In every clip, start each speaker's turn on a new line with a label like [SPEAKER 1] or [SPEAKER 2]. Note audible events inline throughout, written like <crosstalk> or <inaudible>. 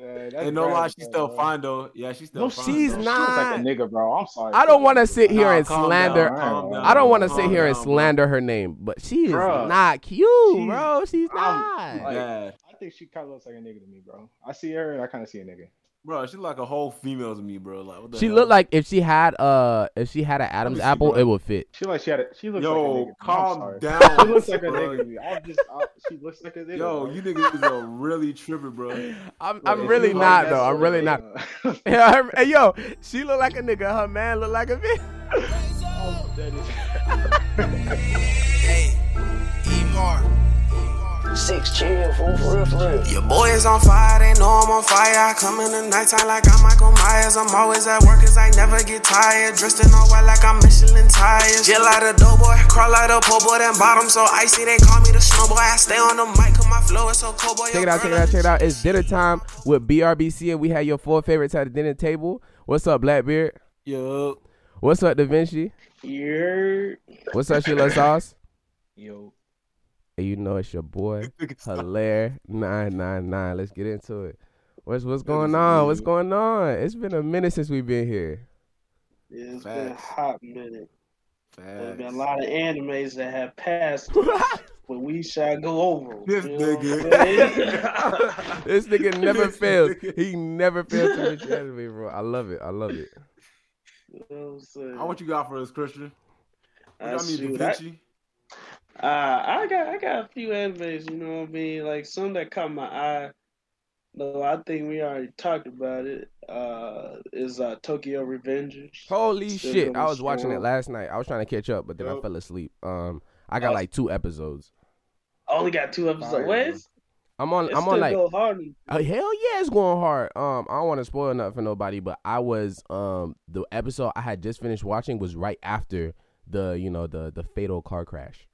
[SPEAKER 1] that's
[SPEAKER 2] and no
[SPEAKER 1] trash,
[SPEAKER 2] lie, she's
[SPEAKER 1] bro.
[SPEAKER 2] still fine though. Yeah, she's still
[SPEAKER 3] No,
[SPEAKER 2] fine.
[SPEAKER 3] she's
[SPEAKER 2] though.
[SPEAKER 3] not.
[SPEAKER 2] Nah,
[SPEAKER 3] Nah.
[SPEAKER 1] She looks like a nigga, bro. I'm sorry.
[SPEAKER 3] I don't want to sit here and
[SPEAKER 2] calm
[SPEAKER 3] slander.
[SPEAKER 2] down, calm down,
[SPEAKER 3] I don't want to
[SPEAKER 2] calm
[SPEAKER 3] sit here and
[SPEAKER 2] down, bro.
[SPEAKER 3] slander her name, but she is
[SPEAKER 1] Bruh.
[SPEAKER 3] not cute,
[SPEAKER 1] She's-
[SPEAKER 3] bro. She's
[SPEAKER 1] I'm-
[SPEAKER 3] not.
[SPEAKER 1] like-
[SPEAKER 2] Yeah,
[SPEAKER 1] I think she kind of looks like a nigga to me, bro. I see her and I kind of see a nigga.
[SPEAKER 2] bro, she's like a whole female to me, bro. Like, what the
[SPEAKER 3] she
[SPEAKER 2] hell?
[SPEAKER 3] looked like if she had uh if she had an Adam's
[SPEAKER 2] see,
[SPEAKER 3] apple,
[SPEAKER 2] bro.
[SPEAKER 3] it would fit.
[SPEAKER 1] She like she had a. She looks like a nigga.
[SPEAKER 2] Yo,
[SPEAKER 1] bro. I'm
[SPEAKER 2] calm
[SPEAKER 1] sorry. <laughs>
[SPEAKER 2] down.
[SPEAKER 1] She looks like a
[SPEAKER 2] bro.
[SPEAKER 1] nigga to me. I'm just. I, she looks like a nigga.
[SPEAKER 2] Yo,
[SPEAKER 1] bro.
[SPEAKER 2] you niggas is a really tripping,
[SPEAKER 3] <laughs>
[SPEAKER 2] bro.
[SPEAKER 3] I'm
[SPEAKER 1] Like,
[SPEAKER 3] I'm
[SPEAKER 1] if
[SPEAKER 3] really
[SPEAKER 1] you like
[SPEAKER 3] not
[SPEAKER 1] that
[SPEAKER 3] though.
[SPEAKER 1] sort
[SPEAKER 3] I'm
[SPEAKER 1] of
[SPEAKER 3] really
[SPEAKER 1] nigga,
[SPEAKER 3] not.
[SPEAKER 1] uh,
[SPEAKER 3] <laughs> Yeah, her- hey, yo, she look like a nigga. Her man look like a bitch.
[SPEAKER 1] that is-
[SPEAKER 4] Hey,
[SPEAKER 5] Six chill, fool, for real, for real.
[SPEAKER 4] Your boy is on fire, they know I'm on fire. I come in the nighttime like I'm Michael Myers. I'm always at work cause I never get tired. Dressed in all white like I'm Michelin tires. Jail out a dough boy, crawl out a po' boy, then bottom so icy. They call me the snow boy. I stay on the mic cause my flow is so cold boy.
[SPEAKER 3] Check it out, check it out, check it out. It's dinner time with BRBC, and we had your four favorites at the dinner table. What's up, Blackbeard?
[SPEAKER 2] Yo,
[SPEAKER 3] What's up, Da Vinci?
[SPEAKER 1] You're-
[SPEAKER 3] What's up, Sheila Sauce?
[SPEAKER 1] <laughs> Yo,
[SPEAKER 3] And you know it's your boy Hilaire nine nine nine. Let's get into it. What's what's going
[SPEAKER 2] is
[SPEAKER 3] on? What's
[SPEAKER 2] me.
[SPEAKER 3] going on? It's been a minute since we've been here.
[SPEAKER 5] It's been a
[SPEAKER 2] Facts.
[SPEAKER 5] hot minute. There's been a
[SPEAKER 2] Facts.
[SPEAKER 5] lot of animes that have passed, but we shall go over. 'em,
[SPEAKER 2] This
[SPEAKER 5] you know what I'm
[SPEAKER 2] nigga.
[SPEAKER 5] saying?
[SPEAKER 2] <laughs>
[SPEAKER 3] This nigga never
[SPEAKER 2] This
[SPEAKER 3] fails.
[SPEAKER 2] nigga.
[SPEAKER 3] He never fails to mention anime, bro. I love it. I love it.
[SPEAKER 5] You know what I'm saying?
[SPEAKER 2] How what you got for us, Christian?
[SPEAKER 5] Ah,
[SPEAKER 2] What got me, Da
[SPEAKER 5] shoot, I-
[SPEAKER 2] Vinci?
[SPEAKER 5] Uh, I got I got a few animes, you know what I mean? Like some that caught my eye. No, I think we already talked about it. Uh, is uh Tokyo Revengers.
[SPEAKER 3] Holy
[SPEAKER 5] Still
[SPEAKER 3] shit!
[SPEAKER 5] doing
[SPEAKER 3] I was watching it
[SPEAKER 5] strong.
[SPEAKER 3] last night. I was trying to catch up, but then I
[SPEAKER 2] Yup.
[SPEAKER 3] fell asleep. Um, I got
[SPEAKER 5] Oh.
[SPEAKER 3] like two episodes.
[SPEAKER 5] I only got two
[SPEAKER 2] Fire,
[SPEAKER 5] episodes. Wait, it's,
[SPEAKER 3] I'm on.
[SPEAKER 5] it's
[SPEAKER 3] I'm
[SPEAKER 5] still
[SPEAKER 3] on like
[SPEAKER 5] go hard.
[SPEAKER 3] Uh, hell yeah, it's going hard. Um, I don't want to spoil nothing for nobody, but I was um the episode I had just finished watching was right after the you know the the fatal car crash.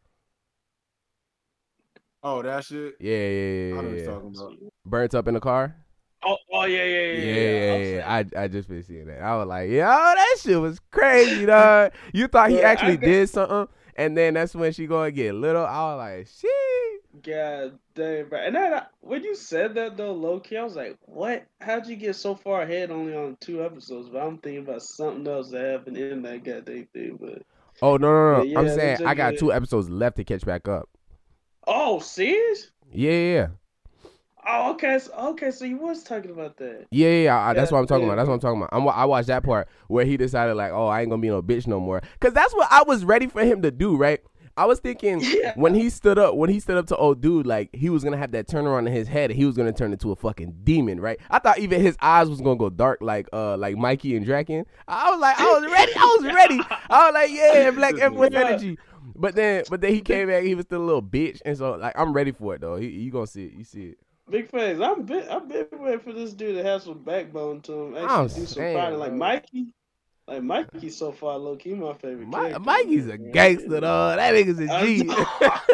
[SPEAKER 2] Oh, that shit.
[SPEAKER 3] Yeah, yeah,
[SPEAKER 2] I
[SPEAKER 3] yeah,
[SPEAKER 2] know
[SPEAKER 3] yeah,
[SPEAKER 2] what
[SPEAKER 3] yeah.
[SPEAKER 2] you're talking about.
[SPEAKER 3] burnt up in the car.
[SPEAKER 5] Oh, oh yeah, yeah,
[SPEAKER 3] Yeah,
[SPEAKER 5] yeah,
[SPEAKER 3] yeah,
[SPEAKER 5] yeah.
[SPEAKER 3] yeah.
[SPEAKER 5] I'm saying-
[SPEAKER 3] I I just been seeing that. I was like, yo, that shit was
[SPEAKER 5] <laughs>
[SPEAKER 3] crazy, dog. You thought he
[SPEAKER 5] Yeah, I
[SPEAKER 3] actually
[SPEAKER 5] <laughs> got-
[SPEAKER 3] did something, and then that's when she going to get little. I was like, shit.
[SPEAKER 5] God damn, bro. And then I, when you said that though, low key, I was like, "What? How'd you get so far ahead only on two episodes?" But I'm thinking about something else that happened in that goddamn thing. But
[SPEAKER 3] Oh no, no, no.
[SPEAKER 5] But yeah,
[SPEAKER 3] I'm
[SPEAKER 5] that
[SPEAKER 3] saying I got
[SPEAKER 5] nigga-
[SPEAKER 3] two episodes left to catch back up.
[SPEAKER 5] oh, serious?
[SPEAKER 3] Yeah, yeah, yeah.
[SPEAKER 5] Oh, okay. So, okay, so you was talking about that.
[SPEAKER 3] Yeah, yeah, yeah. I- that's
[SPEAKER 5] Yeah,
[SPEAKER 3] what I'm talking
[SPEAKER 5] yeah.
[SPEAKER 3] about. That's what I'm talking about. I'm, wa- I watched that part where he decided like, oh, I ain't gonna be no bitch no more, cause that's what I was ready for him to do, right? I was thinking
[SPEAKER 5] <laughs> Yeah.
[SPEAKER 3] when he stood up, when he stood up to old dude, like he was gonna have that turnaround in his head, and he was gonna turn into a fucking demon, right? I thought even his eyes was gonna go dark, like uh, like Mikey and Draken. I was like, I was ready, I was
[SPEAKER 5] <laughs>
[SPEAKER 3] ready. I was like, yeah, black
[SPEAKER 2] Yeah.
[SPEAKER 3] Empress energy. But then, but then he came back. He was still a little bitch, and so like I'm ready for it though. You, you gonna see it? You see it?
[SPEAKER 5] Big face. I've been I've been waiting for this dude to have some backbone to him. Actually
[SPEAKER 3] I'm
[SPEAKER 5] do some
[SPEAKER 3] saying,
[SPEAKER 5] fighting. Like
[SPEAKER 3] bro.
[SPEAKER 5] Mikey. Like Mikey so far low key my favorite
[SPEAKER 3] Mi-
[SPEAKER 5] character,
[SPEAKER 3] Mikey's a
[SPEAKER 5] man.
[SPEAKER 3] gangster, dog. That nigga's a
[SPEAKER 5] I <laughs>
[SPEAKER 3] G.
[SPEAKER 5] know.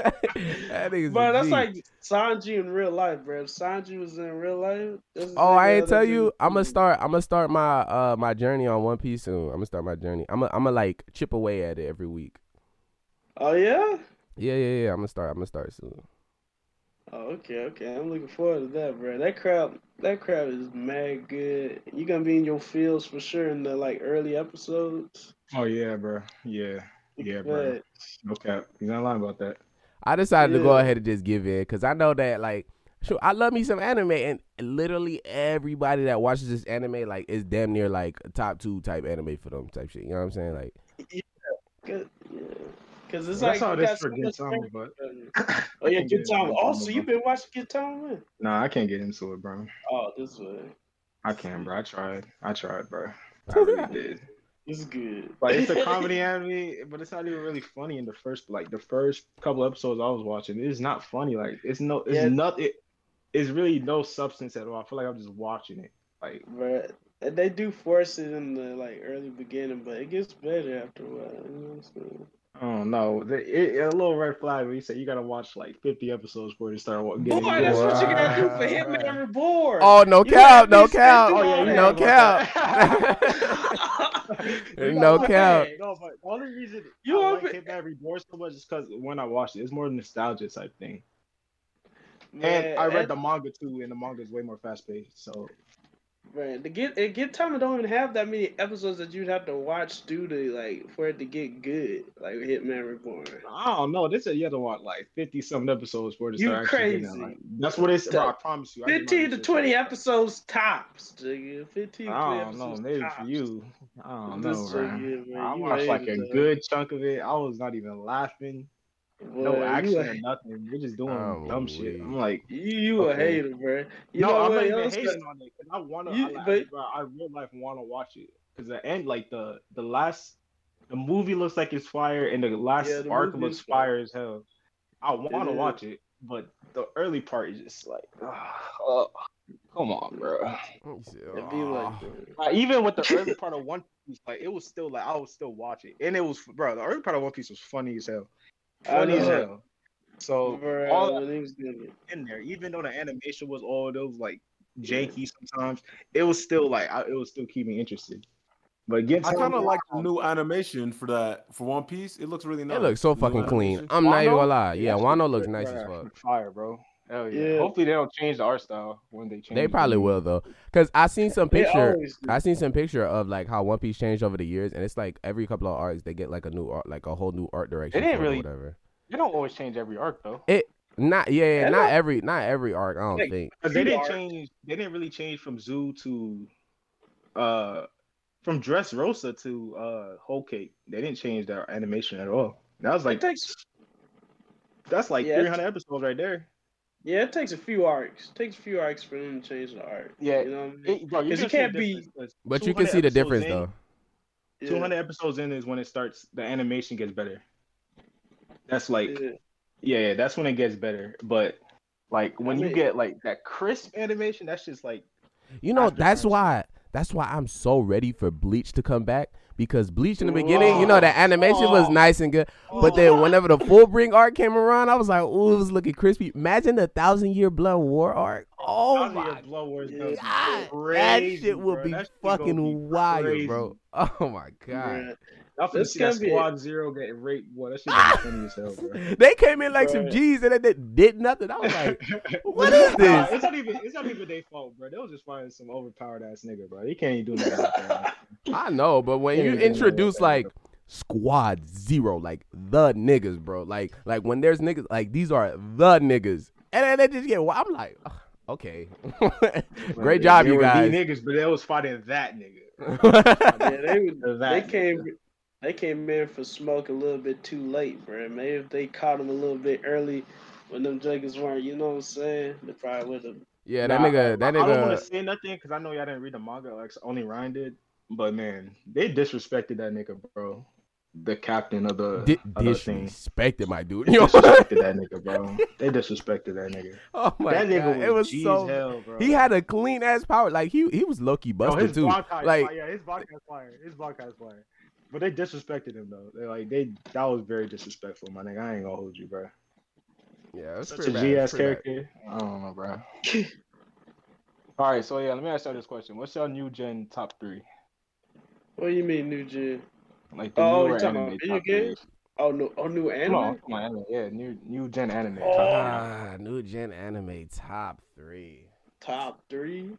[SPEAKER 3] that nigga's
[SPEAKER 5] Bro,
[SPEAKER 3] a
[SPEAKER 5] that's
[SPEAKER 3] G.
[SPEAKER 5] like Sanji in real life, bro. If Sanji was in real life. this is
[SPEAKER 3] Oh, I
[SPEAKER 5] nigga
[SPEAKER 3] ain't
[SPEAKER 5] that'd
[SPEAKER 3] tell
[SPEAKER 5] be-
[SPEAKER 3] you. I'm gonna start. I'm gonna start my uh my journey on One Piece soon. I'm gonna start my journey. I'm gonna I'm gonna like chip away at it every week.
[SPEAKER 5] Oh yeah?
[SPEAKER 3] Yeah, yeah, yeah. I'm gonna start. I'm gonna start soon.
[SPEAKER 5] Oh, okay, okay. I'm looking forward to that, bro. That crowd, that crowd is mad good. You gonna be in your fields for sure in the like early episodes.
[SPEAKER 1] Oh yeah, bro. Yeah. Yeah, bro.
[SPEAKER 5] But-
[SPEAKER 1] No cap. You're not lying about that.
[SPEAKER 3] I decided to go
[SPEAKER 5] Yeah.
[SPEAKER 3] ahead and just give in because I know that like. Sure, I love me some anime, and literally everybody that watches this anime like is damn near like a top two type anime for them type shit. You know what I'm saying? Like,
[SPEAKER 5] Good, yeah. Cause it's
[SPEAKER 1] That's
[SPEAKER 5] like
[SPEAKER 1] all
[SPEAKER 5] you got
[SPEAKER 1] this
[SPEAKER 5] so
[SPEAKER 1] for
[SPEAKER 5] much
[SPEAKER 1] Gintama, but
[SPEAKER 5] character. Oh
[SPEAKER 1] <coughs>
[SPEAKER 5] yeah,
[SPEAKER 1] Yeah,
[SPEAKER 5] Gintama.
[SPEAKER 1] Gintama,
[SPEAKER 5] Also,
[SPEAKER 1] bro.
[SPEAKER 5] you've been watching Gintama. man?
[SPEAKER 1] nah, I can't get into it, bro.
[SPEAKER 5] Oh, this way.
[SPEAKER 1] I can, bro. I tried. I tried, bro. I
[SPEAKER 3] <laughs>
[SPEAKER 1] really did.
[SPEAKER 5] This is good.
[SPEAKER 1] Like it's
[SPEAKER 5] <laughs>
[SPEAKER 1] a comedy anime, but it's not even really funny in the first like the first couple episodes I was watching. It's not funny. Like it's no it's
[SPEAKER 5] Yeah.
[SPEAKER 1] nothing it's really no substance at all. I feel like I'm just watching it. Like
[SPEAKER 5] Bruh, And they do force it in the like early beginning, but it gets better after a while. You know what I'm saying?
[SPEAKER 1] I don't know. The- It, it, a little red flag when you say you gotta watch like 50 episodes before you start wa- getting.
[SPEAKER 5] Boy, that's what you gotta do for
[SPEAKER 2] Wow.
[SPEAKER 5] him and Reborn.
[SPEAKER 3] oh no
[SPEAKER 5] You gotta
[SPEAKER 3] cap, no
[SPEAKER 5] be sick
[SPEAKER 3] cap,
[SPEAKER 1] Oh,
[SPEAKER 5] to all
[SPEAKER 3] no
[SPEAKER 5] that.
[SPEAKER 3] cap.
[SPEAKER 5] <laughs>
[SPEAKER 3] No cap.
[SPEAKER 1] No, but the only reason
[SPEAKER 5] You
[SPEAKER 1] you I
[SPEAKER 5] are-
[SPEAKER 1] like Hit That Reborn so much is because when I watched it, it's more nostalgia type thing. And I read the manga too, and the manga is way more fast paced. So
[SPEAKER 5] Right. To get and get time don't even have that many episodes that you'd have to watch due to like for it to get good. Like Hitman Reborn.
[SPEAKER 1] I don't know. This is you have to watch like fifty something episodes for this.
[SPEAKER 5] You crazy.
[SPEAKER 1] Like, that's what it's. Bro, I promise you. I get my
[SPEAKER 5] Fifteen to
[SPEAKER 1] shit
[SPEAKER 5] twenty
[SPEAKER 1] straight.
[SPEAKER 5] episodes tops, nigga. Fifteen to
[SPEAKER 1] I don't
[SPEAKER 5] 20
[SPEAKER 1] know.
[SPEAKER 5] episodes
[SPEAKER 1] Maybe
[SPEAKER 5] tops.
[SPEAKER 1] for you, I don't
[SPEAKER 5] This
[SPEAKER 1] know,
[SPEAKER 5] shit,
[SPEAKER 1] bro.
[SPEAKER 5] yeah, man,
[SPEAKER 1] I
[SPEAKER 5] you
[SPEAKER 1] watched like a
[SPEAKER 5] hated, though.
[SPEAKER 1] good chunk of it. I was not even laughing,
[SPEAKER 5] Boy,
[SPEAKER 1] no
[SPEAKER 5] you
[SPEAKER 1] action
[SPEAKER 5] a-
[SPEAKER 1] or nothing. We're just doing
[SPEAKER 3] Oh,
[SPEAKER 1] dumb shit.
[SPEAKER 3] wee.
[SPEAKER 1] I'm like,
[SPEAKER 5] You, you a
[SPEAKER 1] Okay.
[SPEAKER 5] hater, bro. You
[SPEAKER 1] no, I'm
[SPEAKER 5] what
[SPEAKER 1] not even
[SPEAKER 5] else
[SPEAKER 1] hating
[SPEAKER 5] that-
[SPEAKER 1] on it because I want to.
[SPEAKER 5] You-
[SPEAKER 1] I, like,
[SPEAKER 5] but-
[SPEAKER 1] bro, I real life want to watch it because the end, like the the last, the movie looks like it's fire, and the last
[SPEAKER 5] Yeah, the
[SPEAKER 1] arc
[SPEAKER 5] movie
[SPEAKER 1] looks
[SPEAKER 5] is fire.
[SPEAKER 1] fire as hell. I want to
[SPEAKER 5] is.
[SPEAKER 1] watch it, but the early part is just like, oh, come on,
[SPEAKER 5] <laughs>
[SPEAKER 1] bro.
[SPEAKER 5] It'd be like that.
[SPEAKER 1] Like, even with the early part of One Piece, like it was still like I was still watching, and it was bro. The early part of One Piece was funny as hell,
[SPEAKER 5] I
[SPEAKER 1] funny as
[SPEAKER 5] know.
[SPEAKER 1] hell. So
[SPEAKER 5] Bro,
[SPEAKER 1] all
[SPEAKER 5] when he was doing it.
[SPEAKER 1] in there, even though the animation was all those like janky sometimes, it was still like I, it was still keeping me interested. But get
[SPEAKER 2] I
[SPEAKER 1] to-
[SPEAKER 2] kind of like the new animation for that for One Piece. It looks really nice.
[SPEAKER 3] It looks so
[SPEAKER 2] The new
[SPEAKER 3] fucking clean.
[SPEAKER 2] animation.
[SPEAKER 3] I'm not even
[SPEAKER 1] Wano?
[SPEAKER 3] gonna lie. Yeah,
[SPEAKER 1] that's
[SPEAKER 3] Wano
[SPEAKER 1] good,
[SPEAKER 3] looks nice
[SPEAKER 1] bro.
[SPEAKER 3] as fuck.
[SPEAKER 1] Fire, bro. Hell yeah.
[SPEAKER 5] Yeah.
[SPEAKER 1] Hopefully they don't change the art style when they change.
[SPEAKER 3] They
[SPEAKER 1] it.
[SPEAKER 3] probably will though, cause I seen some
[SPEAKER 5] They
[SPEAKER 3] picture.
[SPEAKER 5] always do.
[SPEAKER 3] I seen some picture of like how One Piece changed over the years, and it's like every couple of arts they get like a new art, like a whole new art direction.
[SPEAKER 1] didn't
[SPEAKER 3] for it or
[SPEAKER 1] really-
[SPEAKER 3] whatever.
[SPEAKER 1] They don't always change every arc though.
[SPEAKER 3] Not yeah, yeah,
[SPEAKER 5] Yeah,
[SPEAKER 3] not
[SPEAKER 5] like-
[SPEAKER 3] every, not every arc. I don't
[SPEAKER 1] Like-
[SPEAKER 3] think.
[SPEAKER 1] 'Cause they
[SPEAKER 5] Two
[SPEAKER 1] didn't
[SPEAKER 5] arcs.
[SPEAKER 1] change. They didn't really change from Zoo to, uh, from Dress Rosa to uh Whole Cake. They didn't change their animation at all. That was
[SPEAKER 5] It
[SPEAKER 1] like
[SPEAKER 5] takes
[SPEAKER 1] that's like
[SPEAKER 5] Yeah.
[SPEAKER 1] 300 episodes right there.
[SPEAKER 5] yeah, it takes a few arcs. It takes a few arcs for them to change the art.
[SPEAKER 1] Yeah,
[SPEAKER 5] You know what I mean?
[SPEAKER 1] It, bro, you
[SPEAKER 5] Because
[SPEAKER 1] can
[SPEAKER 5] you
[SPEAKER 1] see
[SPEAKER 5] can't
[SPEAKER 1] the
[SPEAKER 5] be-
[SPEAKER 1] difference, 'cause
[SPEAKER 3] But you can
[SPEAKER 1] 200
[SPEAKER 3] see the
[SPEAKER 1] episodes
[SPEAKER 3] difference
[SPEAKER 1] in,
[SPEAKER 3] though.
[SPEAKER 5] Yeah,
[SPEAKER 1] 200 episodes in is when it starts. The animation gets better. That's like
[SPEAKER 5] yeah.
[SPEAKER 1] yeah, yeah, that's when it gets better. But like when
[SPEAKER 5] I
[SPEAKER 1] you
[SPEAKER 5] mean-
[SPEAKER 1] get like that crisp animation, that's just like
[SPEAKER 3] You know,
[SPEAKER 1] After
[SPEAKER 3] that's
[SPEAKER 1] Crunchy.
[SPEAKER 3] why that's why I'm so ready for Bleach to come back because Bleach in the beginning, you know, the animation was
[SPEAKER 1] Oh.
[SPEAKER 3] nice and good, but then whenever the Fullbring arc came around, I was like, "Ooh, it was looking crispy." Imagine the Thousand Year Blood War arc. Oh
[SPEAKER 1] Thousand Year
[SPEAKER 3] my
[SPEAKER 1] Blood War is
[SPEAKER 5] Yeah.
[SPEAKER 1] gonna be
[SPEAKER 3] god, that
[SPEAKER 1] crazy,
[SPEAKER 3] shit will
[SPEAKER 1] bro.
[SPEAKER 3] be
[SPEAKER 1] That shit gonna
[SPEAKER 3] fucking
[SPEAKER 1] be
[SPEAKER 3] wild,
[SPEAKER 1] crazy.
[SPEAKER 3] bro. Oh my god,
[SPEAKER 5] Bruh.
[SPEAKER 1] I'm finna
[SPEAKER 5] This
[SPEAKER 1] see that
[SPEAKER 5] gonna be-
[SPEAKER 1] Squad Zero get raped. Boy, that shit gonna be funny as hell, bro.
[SPEAKER 3] they came in like some
[SPEAKER 5] Bruh.
[SPEAKER 3] G's and they did, did nothing. I was
[SPEAKER 1] <laughs>
[SPEAKER 3] like, <laughs> "What is
[SPEAKER 1] Nah,
[SPEAKER 3] this?"
[SPEAKER 1] it's not even. It's not even their fault, bro. They was just finding some overpowered ass nigga, bro. He can't even do nothing. like that.
[SPEAKER 3] I know, but when
[SPEAKER 1] Yeah,
[SPEAKER 3] you
[SPEAKER 1] yeah, yeah,
[SPEAKER 3] introduce
[SPEAKER 1] yeah.
[SPEAKER 3] like squad zero, like the niggas, bro, like like when there's niggas, like these are the niggas, and then they just get. Well, I'm like, ugh, okay, <laughs>
[SPEAKER 1] They-
[SPEAKER 3] great job,
[SPEAKER 1] they
[SPEAKER 3] you
[SPEAKER 1] were the
[SPEAKER 3] guys.
[SPEAKER 1] niggas, but they was fighting that nigga.
[SPEAKER 5] yeah, they would
[SPEAKER 1] That
[SPEAKER 5] they
[SPEAKER 1] nigga.
[SPEAKER 5] came they came in for smoke a little bit too late, bro. Maybe if they caught him a little bit early when them juggers weren't, you know what I'm saying? They probably would have.
[SPEAKER 3] <laughs> yeah, that
[SPEAKER 1] Nah,
[SPEAKER 3] nigga, that
[SPEAKER 1] I- I don't want
[SPEAKER 3] nigga.
[SPEAKER 1] to say nothing because I know y'all didn't read the manga like only Ryan did. But man, they disrespected that nigga, bro. The captain of the
[SPEAKER 3] Di-
[SPEAKER 1] of the thing.
[SPEAKER 3] disrespected my dude.
[SPEAKER 1] They
[SPEAKER 3] <laughs> Yo,
[SPEAKER 1] disrespected that nigga, bro. They disrespected that
[SPEAKER 3] <laughs>
[SPEAKER 1] nigga.
[SPEAKER 3] oh my
[SPEAKER 1] that nigga
[SPEAKER 3] god,
[SPEAKER 1] was,
[SPEAKER 3] it was
[SPEAKER 1] G's
[SPEAKER 3] so.
[SPEAKER 1] hell, bro.
[SPEAKER 3] He had a clean ass power. Like he he was low key
[SPEAKER 1] Yo,
[SPEAKER 3] busted
[SPEAKER 1] his
[SPEAKER 3] too.
[SPEAKER 1] block high,
[SPEAKER 3] Like
[SPEAKER 1] yeah, his block high fire. His block high fire. But they disrespected him though. They like they that was very disrespectful, my nigga. I ain't gonna hold you, bro.
[SPEAKER 3] yeah, it's
[SPEAKER 1] Such a
[SPEAKER 3] pretty bad,
[SPEAKER 1] G
[SPEAKER 3] it's
[SPEAKER 1] ass
[SPEAKER 3] pretty bad.
[SPEAKER 1] character. I don't know, bro. <laughs> All right, so yeah, let me ask y'all this question: What's y'all new gen top three?
[SPEAKER 5] What do you mean, new gen?
[SPEAKER 1] Like the
[SPEAKER 5] Oh, you
[SPEAKER 1] newer
[SPEAKER 5] talking about
[SPEAKER 1] anime
[SPEAKER 5] video
[SPEAKER 1] top three?
[SPEAKER 5] games? Oh no, oh new
[SPEAKER 1] Come on,
[SPEAKER 5] anime.
[SPEAKER 1] come on, anime. yeah, new new gen anime.
[SPEAKER 5] Oh.
[SPEAKER 1] top
[SPEAKER 3] Ah, new gen anime top three.
[SPEAKER 5] Top three.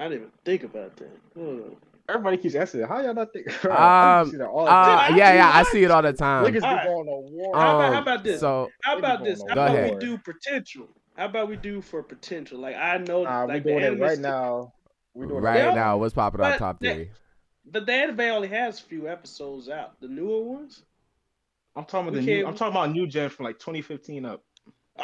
[SPEAKER 5] I didn't even think about that. Ugh.
[SPEAKER 1] three. Everybody keeps asking, how y'all not think? <laughs> Bro, I
[SPEAKER 3] Um,
[SPEAKER 1] see that all the
[SPEAKER 3] Uh,
[SPEAKER 1] time.
[SPEAKER 5] Dude, Oh, I
[SPEAKER 3] yeah,
[SPEAKER 5] do
[SPEAKER 3] yeah, I
[SPEAKER 5] not-
[SPEAKER 3] see it all the time.
[SPEAKER 1] Niggas be
[SPEAKER 5] alright.
[SPEAKER 1] going to war.
[SPEAKER 5] How about-
[SPEAKER 3] Um,
[SPEAKER 5] how about this?
[SPEAKER 3] So
[SPEAKER 5] How
[SPEAKER 1] They be
[SPEAKER 5] about
[SPEAKER 1] going
[SPEAKER 5] this?
[SPEAKER 1] on
[SPEAKER 5] How
[SPEAKER 3] Go
[SPEAKER 5] about
[SPEAKER 3] ahead.
[SPEAKER 5] we do potential? How about we do for potential? Like I know,
[SPEAKER 1] Nah,
[SPEAKER 5] like
[SPEAKER 1] we doing
[SPEAKER 5] the
[SPEAKER 1] it
[SPEAKER 5] anime
[SPEAKER 1] right
[SPEAKER 5] stu-
[SPEAKER 1] now. We doing
[SPEAKER 3] right
[SPEAKER 1] it.
[SPEAKER 5] Yeah.
[SPEAKER 3] now, what's popping on
[SPEAKER 5] But
[SPEAKER 3] top
[SPEAKER 5] that-
[SPEAKER 3] three?
[SPEAKER 5] But the anime only has a few episodes out. The newer ones.
[SPEAKER 1] I'm talking about
[SPEAKER 5] We
[SPEAKER 1] the new.
[SPEAKER 5] can't-
[SPEAKER 1] I'm talking about new gen from like 2015 up.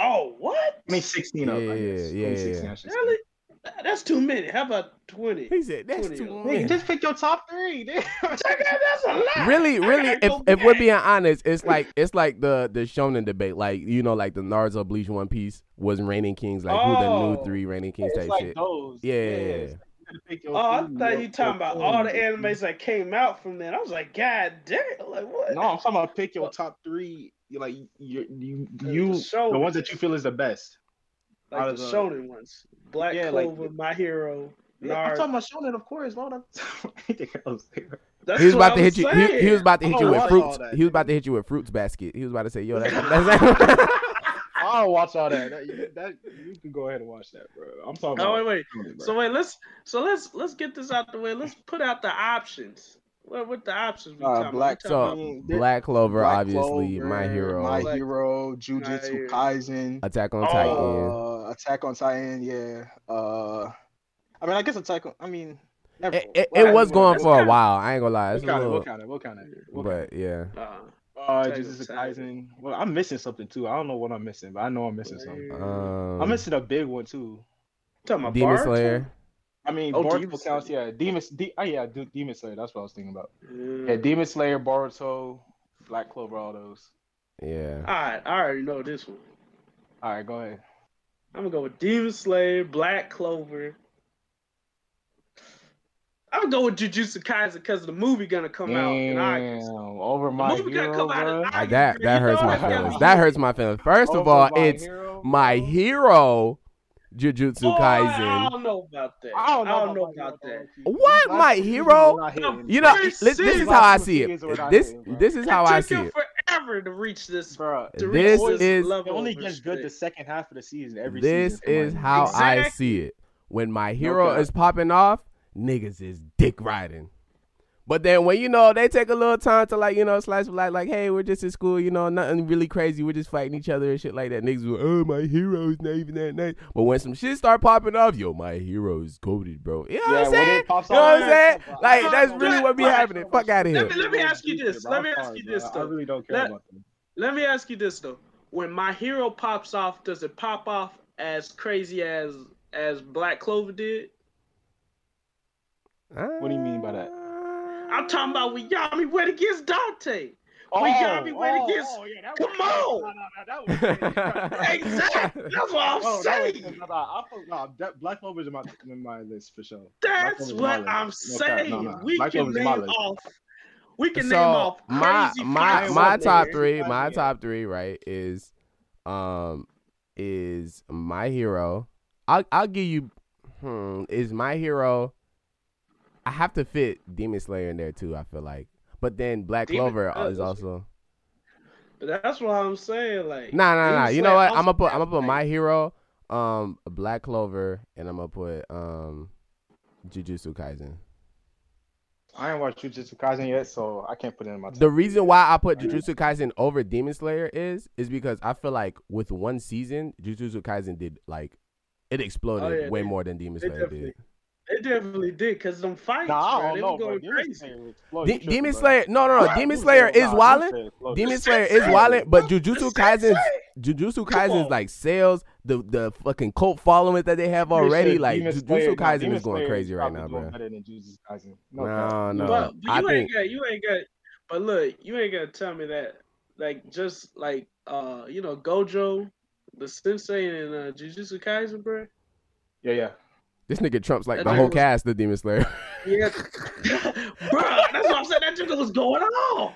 [SPEAKER 5] Oh, what?
[SPEAKER 1] I mean 16 up.
[SPEAKER 3] Yeah,
[SPEAKER 1] I guess.
[SPEAKER 3] yeah, yeah,
[SPEAKER 1] 2016,
[SPEAKER 3] yeah.
[SPEAKER 1] I should say.
[SPEAKER 5] Really? That- That's too many. How about twenty?
[SPEAKER 3] He said that's
[SPEAKER 5] Twenty.
[SPEAKER 3] too
[SPEAKER 1] Nigga,
[SPEAKER 3] many.
[SPEAKER 1] just pick your top
[SPEAKER 5] <laughs>
[SPEAKER 1] three. nigga.
[SPEAKER 5] Check out, that's a lot.
[SPEAKER 3] Really,
[SPEAKER 5] I
[SPEAKER 3] really,
[SPEAKER 5] gotta
[SPEAKER 3] if
[SPEAKER 5] go
[SPEAKER 3] if we're
[SPEAKER 5] back.
[SPEAKER 3] being honest, it's like it's like the the Shonen debate, like you know, like the Naruto, Bleach, One Piece was reigning kings, like who the new
[SPEAKER 5] Oh.
[SPEAKER 3] three reigning kings
[SPEAKER 1] it's
[SPEAKER 3] type
[SPEAKER 1] like
[SPEAKER 3] shit.
[SPEAKER 1] those.
[SPEAKER 3] Yeah.
[SPEAKER 1] it's like you gotta pick your
[SPEAKER 5] Oh, I
[SPEAKER 1] three,
[SPEAKER 5] thought
[SPEAKER 1] your-
[SPEAKER 5] you talking
[SPEAKER 1] your
[SPEAKER 5] about all the
[SPEAKER 1] four, your
[SPEAKER 5] animes that came out from then. I was like, God damn! Like what?
[SPEAKER 1] No, I'm talking about pick your top three. you Like you, you, you
[SPEAKER 5] show.
[SPEAKER 1] the ones that you feel is the best. out
[SPEAKER 5] like
[SPEAKER 1] of
[SPEAKER 5] the
[SPEAKER 1] the-
[SPEAKER 5] Shonen ones. Black
[SPEAKER 1] uh, Yeah, like-
[SPEAKER 5] Clover, My Hero,
[SPEAKER 1] Yeah, I'm
[SPEAKER 5] Naruto.
[SPEAKER 1] talking about Shonen, of course. Why would I <laughs> talk about anything else?
[SPEAKER 5] That's
[SPEAKER 3] He was
[SPEAKER 5] what
[SPEAKER 3] about to
[SPEAKER 5] I
[SPEAKER 3] hit you. He, he was about to
[SPEAKER 1] I
[SPEAKER 3] hit
[SPEAKER 1] don't
[SPEAKER 3] you with
[SPEAKER 1] watch all
[SPEAKER 3] fruits.
[SPEAKER 1] that,
[SPEAKER 5] <laughs>
[SPEAKER 1] <laughs>
[SPEAKER 3] <laughs> He was about to hit you with fruits basket. He was about to say, "Yo, that's, that's
[SPEAKER 1] I don't watch all that. that. that- you can go ahead and watch that, bro. I'm talking
[SPEAKER 5] Oh wait,
[SPEAKER 1] about.
[SPEAKER 5] wait.
[SPEAKER 1] Tony, bro.
[SPEAKER 5] So wait, let's so let's let's get this out the way. Let's put out the options. What what the options we
[SPEAKER 4] Uh,
[SPEAKER 5] talking about?
[SPEAKER 4] Black
[SPEAKER 5] We talking
[SPEAKER 4] Salt.
[SPEAKER 5] about?
[SPEAKER 3] So
[SPEAKER 4] mean, there-
[SPEAKER 3] Black Clover,
[SPEAKER 4] Black
[SPEAKER 3] obviously, my
[SPEAKER 4] Clover,
[SPEAKER 3] hero.
[SPEAKER 4] My
[SPEAKER 5] Black-
[SPEAKER 4] hero, Jujutsu
[SPEAKER 5] Nice.
[SPEAKER 4] Kaisen,
[SPEAKER 3] Attack on
[SPEAKER 5] Oh.
[SPEAKER 3] Titan.
[SPEAKER 4] uh, Attack on Titan. Yeah. Uh, I mean, I guess Attack on. I mean, never,
[SPEAKER 3] It, it,
[SPEAKER 4] well,
[SPEAKER 3] it was
[SPEAKER 4] I-
[SPEAKER 3] going
[SPEAKER 5] That's
[SPEAKER 3] for a
[SPEAKER 5] kinda-
[SPEAKER 3] while. I ain't gonna lie. It's
[SPEAKER 1] What
[SPEAKER 3] a
[SPEAKER 1] kind of?
[SPEAKER 3] little,
[SPEAKER 1] What kind of? What kind of? What kind
[SPEAKER 3] but yeah.
[SPEAKER 5] Uh,
[SPEAKER 1] Uh,
[SPEAKER 5] Tiger,
[SPEAKER 1] Jesus
[SPEAKER 5] Tiger.
[SPEAKER 1] Kaisen. Well, I'm missing something too. I don't know what I'm missing, but I know I'm missing something. I'm
[SPEAKER 3] Um,
[SPEAKER 1] missing a big one too.
[SPEAKER 5] talking about
[SPEAKER 3] Demon
[SPEAKER 5] Barb,
[SPEAKER 3] Slayer.
[SPEAKER 1] I mean,
[SPEAKER 5] Oh,
[SPEAKER 1] Boruto
[SPEAKER 5] Demon
[SPEAKER 1] counts. Yeah, Demon. De- oh, yeah, De- Demon Slayer. That's what I was thinking about. Yeah, Demon Slayer, Boruto, Black Clover, all those.
[SPEAKER 3] Yeah.
[SPEAKER 5] All right, I already know this one.
[SPEAKER 1] All right, go ahead.
[SPEAKER 5] I'm gonna go with Demon Slayer, Black Clover. I'm gonna go with Jujutsu Kaisen because the movie gonna come out in August.
[SPEAKER 1] Damn, over my
[SPEAKER 5] movie gotta
[SPEAKER 1] hero,
[SPEAKER 5] come out in
[SPEAKER 1] bruh.
[SPEAKER 5] August.
[SPEAKER 3] I- that
[SPEAKER 5] you
[SPEAKER 3] that hurts
[SPEAKER 5] know
[SPEAKER 3] my
[SPEAKER 5] I gotta
[SPEAKER 3] feelings.
[SPEAKER 5] be-
[SPEAKER 3] That hurts my feelings. First of
[SPEAKER 1] Over
[SPEAKER 3] all,
[SPEAKER 1] My
[SPEAKER 3] it's
[SPEAKER 1] Hero,
[SPEAKER 3] my
[SPEAKER 1] bro.
[SPEAKER 3] hero, Jujutsu
[SPEAKER 5] Boy,
[SPEAKER 3] Kaisen.
[SPEAKER 5] I don't know about that.
[SPEAKER 1] I don't know,
[SPEAKER 5] about that.
[SPEAKER 3] What?
[SPEAKER 1] These last
[SPEAKER 3] My
[SPEAKER 1] two seasons
[SPEAKER 3] hero?
[SPEAKER 1] were not hitting,
[SPEAKER 3] You know,
[SPEAKER 1] bruh.
[SPEAKER 5] Very
[SPEAKER 3] this, this is
[SPEAKER 5] serious.
[SPEAKER 3] how I
[SPEAKER 1] Last
[SPEAKER 3] see it.
[SPEAKER 1] few years were not
[SPEAKER 3] This
[SPEAKER 1] hitting, bro.
[SPEAKER 3] this is how
[SPEAKER 5] it
[SPEAKER 3] I
[SPEAKER 5] took
[SPEAKER 3] see
[SPEAKER 5] him
[SPEAKER 3] it.
[SPEAKER 5] forever to reach this.
[SPEAKER 1] Bruh,
[SPEAKER 5] To
[SPEAKER 3] This
[SPEAKER 5] reach this
[SPEAKER 3] is-
[SPEAKER 1] It
[SPEAKER 5] level
[SPEAKER 1] only
[SPEAKER 5] of
[SPEAKER 1] gets good the
[SPEAKER 5] respect.
[SPEAKER 1] second half of the season. Every
[SPEAKER 3] This
[SPEAKER 1] season.
[SPEAKER 3] is how I
[SPEAKER 5] Exactly.
[SPEAKER 3] see it. When my hero
[SPEAKER 1] cap.
[SPEAKER 3] is popping off, niggas is dick riding. But then when you know they take a little time to like you know slice of life, like hey we're just in school you know nothing really crazy we're just fighting each other and shit like that niggas be like, oh my hero is not even that nice but when some shit start popping off yo my hero is goaded bro you know what
[SPEAKER 1] Yeah,
[SPEAKER 3] I'm
[SPEAKER 1] when it
[SPEAKER 3] saying
[SPEAKER 1] pops
[SPEAKER 3] you know
[SPEAKER 1] off,
[SPEAKER 3] what I'm saying
[SPEAKER 1] yeah, bro.
[SPEAKER 3] like
[SPEAKER 5] I
[SPEAKER 3] that's
[SPEAKER 5] don't
[SPEAKER 3] really
[SPEAKER 5] know.
[SPEAKER 3] what be
[SPEAKER 5] Like,
[SPEAKER 3] happening fuck out of
[SPEAKER 5] Let
[SPEAKER 3] here
[SPEAKER 5] me- let me ask you this.
[SPEAKER 1] bro.
[SPEAKER 5] Let me
[SPEAKER 1] I'm
[SPEAKER 5] ask
[SPEAKER 1] sorry,
[SPEAKER 5] you
[SPEAKER 1] bro.
[SPEAKER 5] this,
[SPEAKER 1] I
[SPEAKER 5] though.
[SPEAKER 1] really don't care
[SPEAKER 5] Let-
[SPEAKER 1] about them.
[SPEAKER 5] Let me ask you this though: When my hero pops off, does it pop off as crazy as as Black Clover did?
[SPEAKER 1] What do you mean by that?
[SPEAKER 5] I'm talking about when Yami went against Dante. When Yami went against.
[SPEAKER 1] Oh, yeah, that
[SPEAKER 5] Come on!
[SPEAKER 1] that
[SPEAKER 3] <laughs>
[SPEAKER 1] was <laughs>
[SPEAKER 5] Exactly. That's what I'm
[SPEAKER 1] Oh, that was,
[SPEAKER 5] saying.
[SPEAKER 1] nah, nah, I feel- nah, that- Black Clover's in my, in my list for sure. Black
[SPEAKER 5] That's
[SPEAKER 1] Clover's
[SPEAKER 5] what
[SPEAKER 1] in my
[SPEAKER 5] I'm
[SPEAKER 1] list. No cap,
[SPEAKER 5] saying.
[SPEAKER 1] no, no.
[SPEAKER 5] We
[SPEAKER 1] Black
[SPEAKER 5] can
[SPEAKER 1] Clover's in
[SPEAKER 5] name
[SPEAKER 1] my list.
[SPEAKER 5] off. We can name
[SPEAKER 3] so
[SPEAKER 5] off
[SPEAKER 3] my
[SPEAKER 5] crazy
[SPEAKER 3] my
[SPEAKER 5] fights
[SPEAKER 3] my
[SPEAKER 5] out
[SPEAKER 3] top
[SPEAKER 5] there.
[SPEAKER 3] three my
[SPEAKER 1] Yeah.
[SPEAKER 3] top three right is um is my hero i'll i'll give you hmm is my hero i have to fit demon slayer in there too i feel like but then black
[SPEAKER 5] Demon-
[SPEAKER 3] clover
[SPEAKER 5] uh,
[SPEAKER 3] is also
[SPEAKER 5] But that's what I'm saying. Like,
[SPEAKER 3] nah nah nah
[SPEAKER 5] Demon
[SPEAKER 3] you know
[SPEAKER 5] Slayer
[SPEAKER 3] what i'm
[SPEAKER 5] also
[SPEAKER 3] gonna put i'm gonna
[SPEAKER 5] has,
[SPEAKER 3] put
[SPEAKER 5] like-
[SPEAKER 3] my hero um black clover and i'm gonna put um jujutsu kaisen
[SPEAKER 1] I ain't watched Jujutsu Kaisen yet, so I can't put it in my top.
[SPEAKER 3] The reason why I put Jujutsu Kaisen over Demon Slayer is is because I feel like with one season, Jujutsu Kaisen did like it exploded
[SPEAKER 5] Oh, yeah,
[SPEAKER 3] way
[SPEAKER 5] they-
[SPEAKER 3] more than Demon
[SPEAKER 5] they
[SPEAKER 3] Slayer did.
[SPEAKER 5] They definitely did because them fights,
[SPEAKER 1] Nah, I don't
[SPEAKER 5] bro, they
[SPEAKER 1] know,
[SPEAKER 5] were
[SPEAKER 1] bro.
[SPEAKER 5] going
[SPEAKER 1] Demon
[SPEAKER 5] crazy.
[SPEAKER 1] Slayer was floating,
[SPEAKER 3] De-
[SPEAKER 1] tripping,
[SPEAKER 3] Demon
[SPEAKER 1] bro.
[SPEAKER 3] Slayer, no, no, no.
[SPEAKER 1] Nah,
[SPEAKER 3] Demon Slayer is
[SPEAKER 1] nah,
[SPEAKER 3] wildin'.
[SPEAKER 1] Demon Slayer floating.
[SPEAKER 3] Demon
[SPEAKER 5] It's
[SPEAKER 3] Slayer is
[SPEAKER 5] insane.
[SPEAKER 3] wildin', but
[SPEAKER 5] It's
[SPEAKER 3] Jujutsu
[SPEAKER 5] insane.
[SPEAKER 3] Kaisen's Jujutsu Kaisen's
[SPEAKER 5] on.
[SPEAKER 3] like sales, the the fucking cult following that they have
[SPEAKER 1] Pretty sure
[SPEAKER 3] already, like
[SPEAKER 1] Demon
[SPEAKER 3] Jujutsu
[SPEAKER 1] Slayer- nah,
[SPEAKER 3] Kaisen
[SPEAKER 1] Demon
[SPEAKER 3] is going
[SPEAKER 1] Slayer
[SPEAKER 3] crazy right
[SPEAKER 1] probably
[SPEAKER 3] now,
[SPEAKER 1] doing
[SPEAKER 3] bro.
[SPEAKER 1] Better than Jujutsu Kaisen. No, cap.
[SPEAKER 3] No, no.
[SPEAKER 5] But, but
[SPEAKER 3] I
[SPEAKER 5] you
[SPEAKER 3] think
[SPEAKER 5] ain't got you ain't got but look, you ain't gonna tell me that like just like uh you know Gojo, the sensei and uh Jujutsu Kaisen, bro.
[SPEAKER 1] yeah, yeah.
[SPEAKER 3] this nigga trumps like
[SPEAKER 5] That
[SPEAKER 3] the
[SPEAKER 5] dude
[SPEAKER 3] whole
[SPEAKER 5] was-
[SPEAKER 3] cast of Demon Slayer. <laughs>
[SPEAKER 5] Yeah. <laughs> bro, that's what I'm saying. That nigga was going off.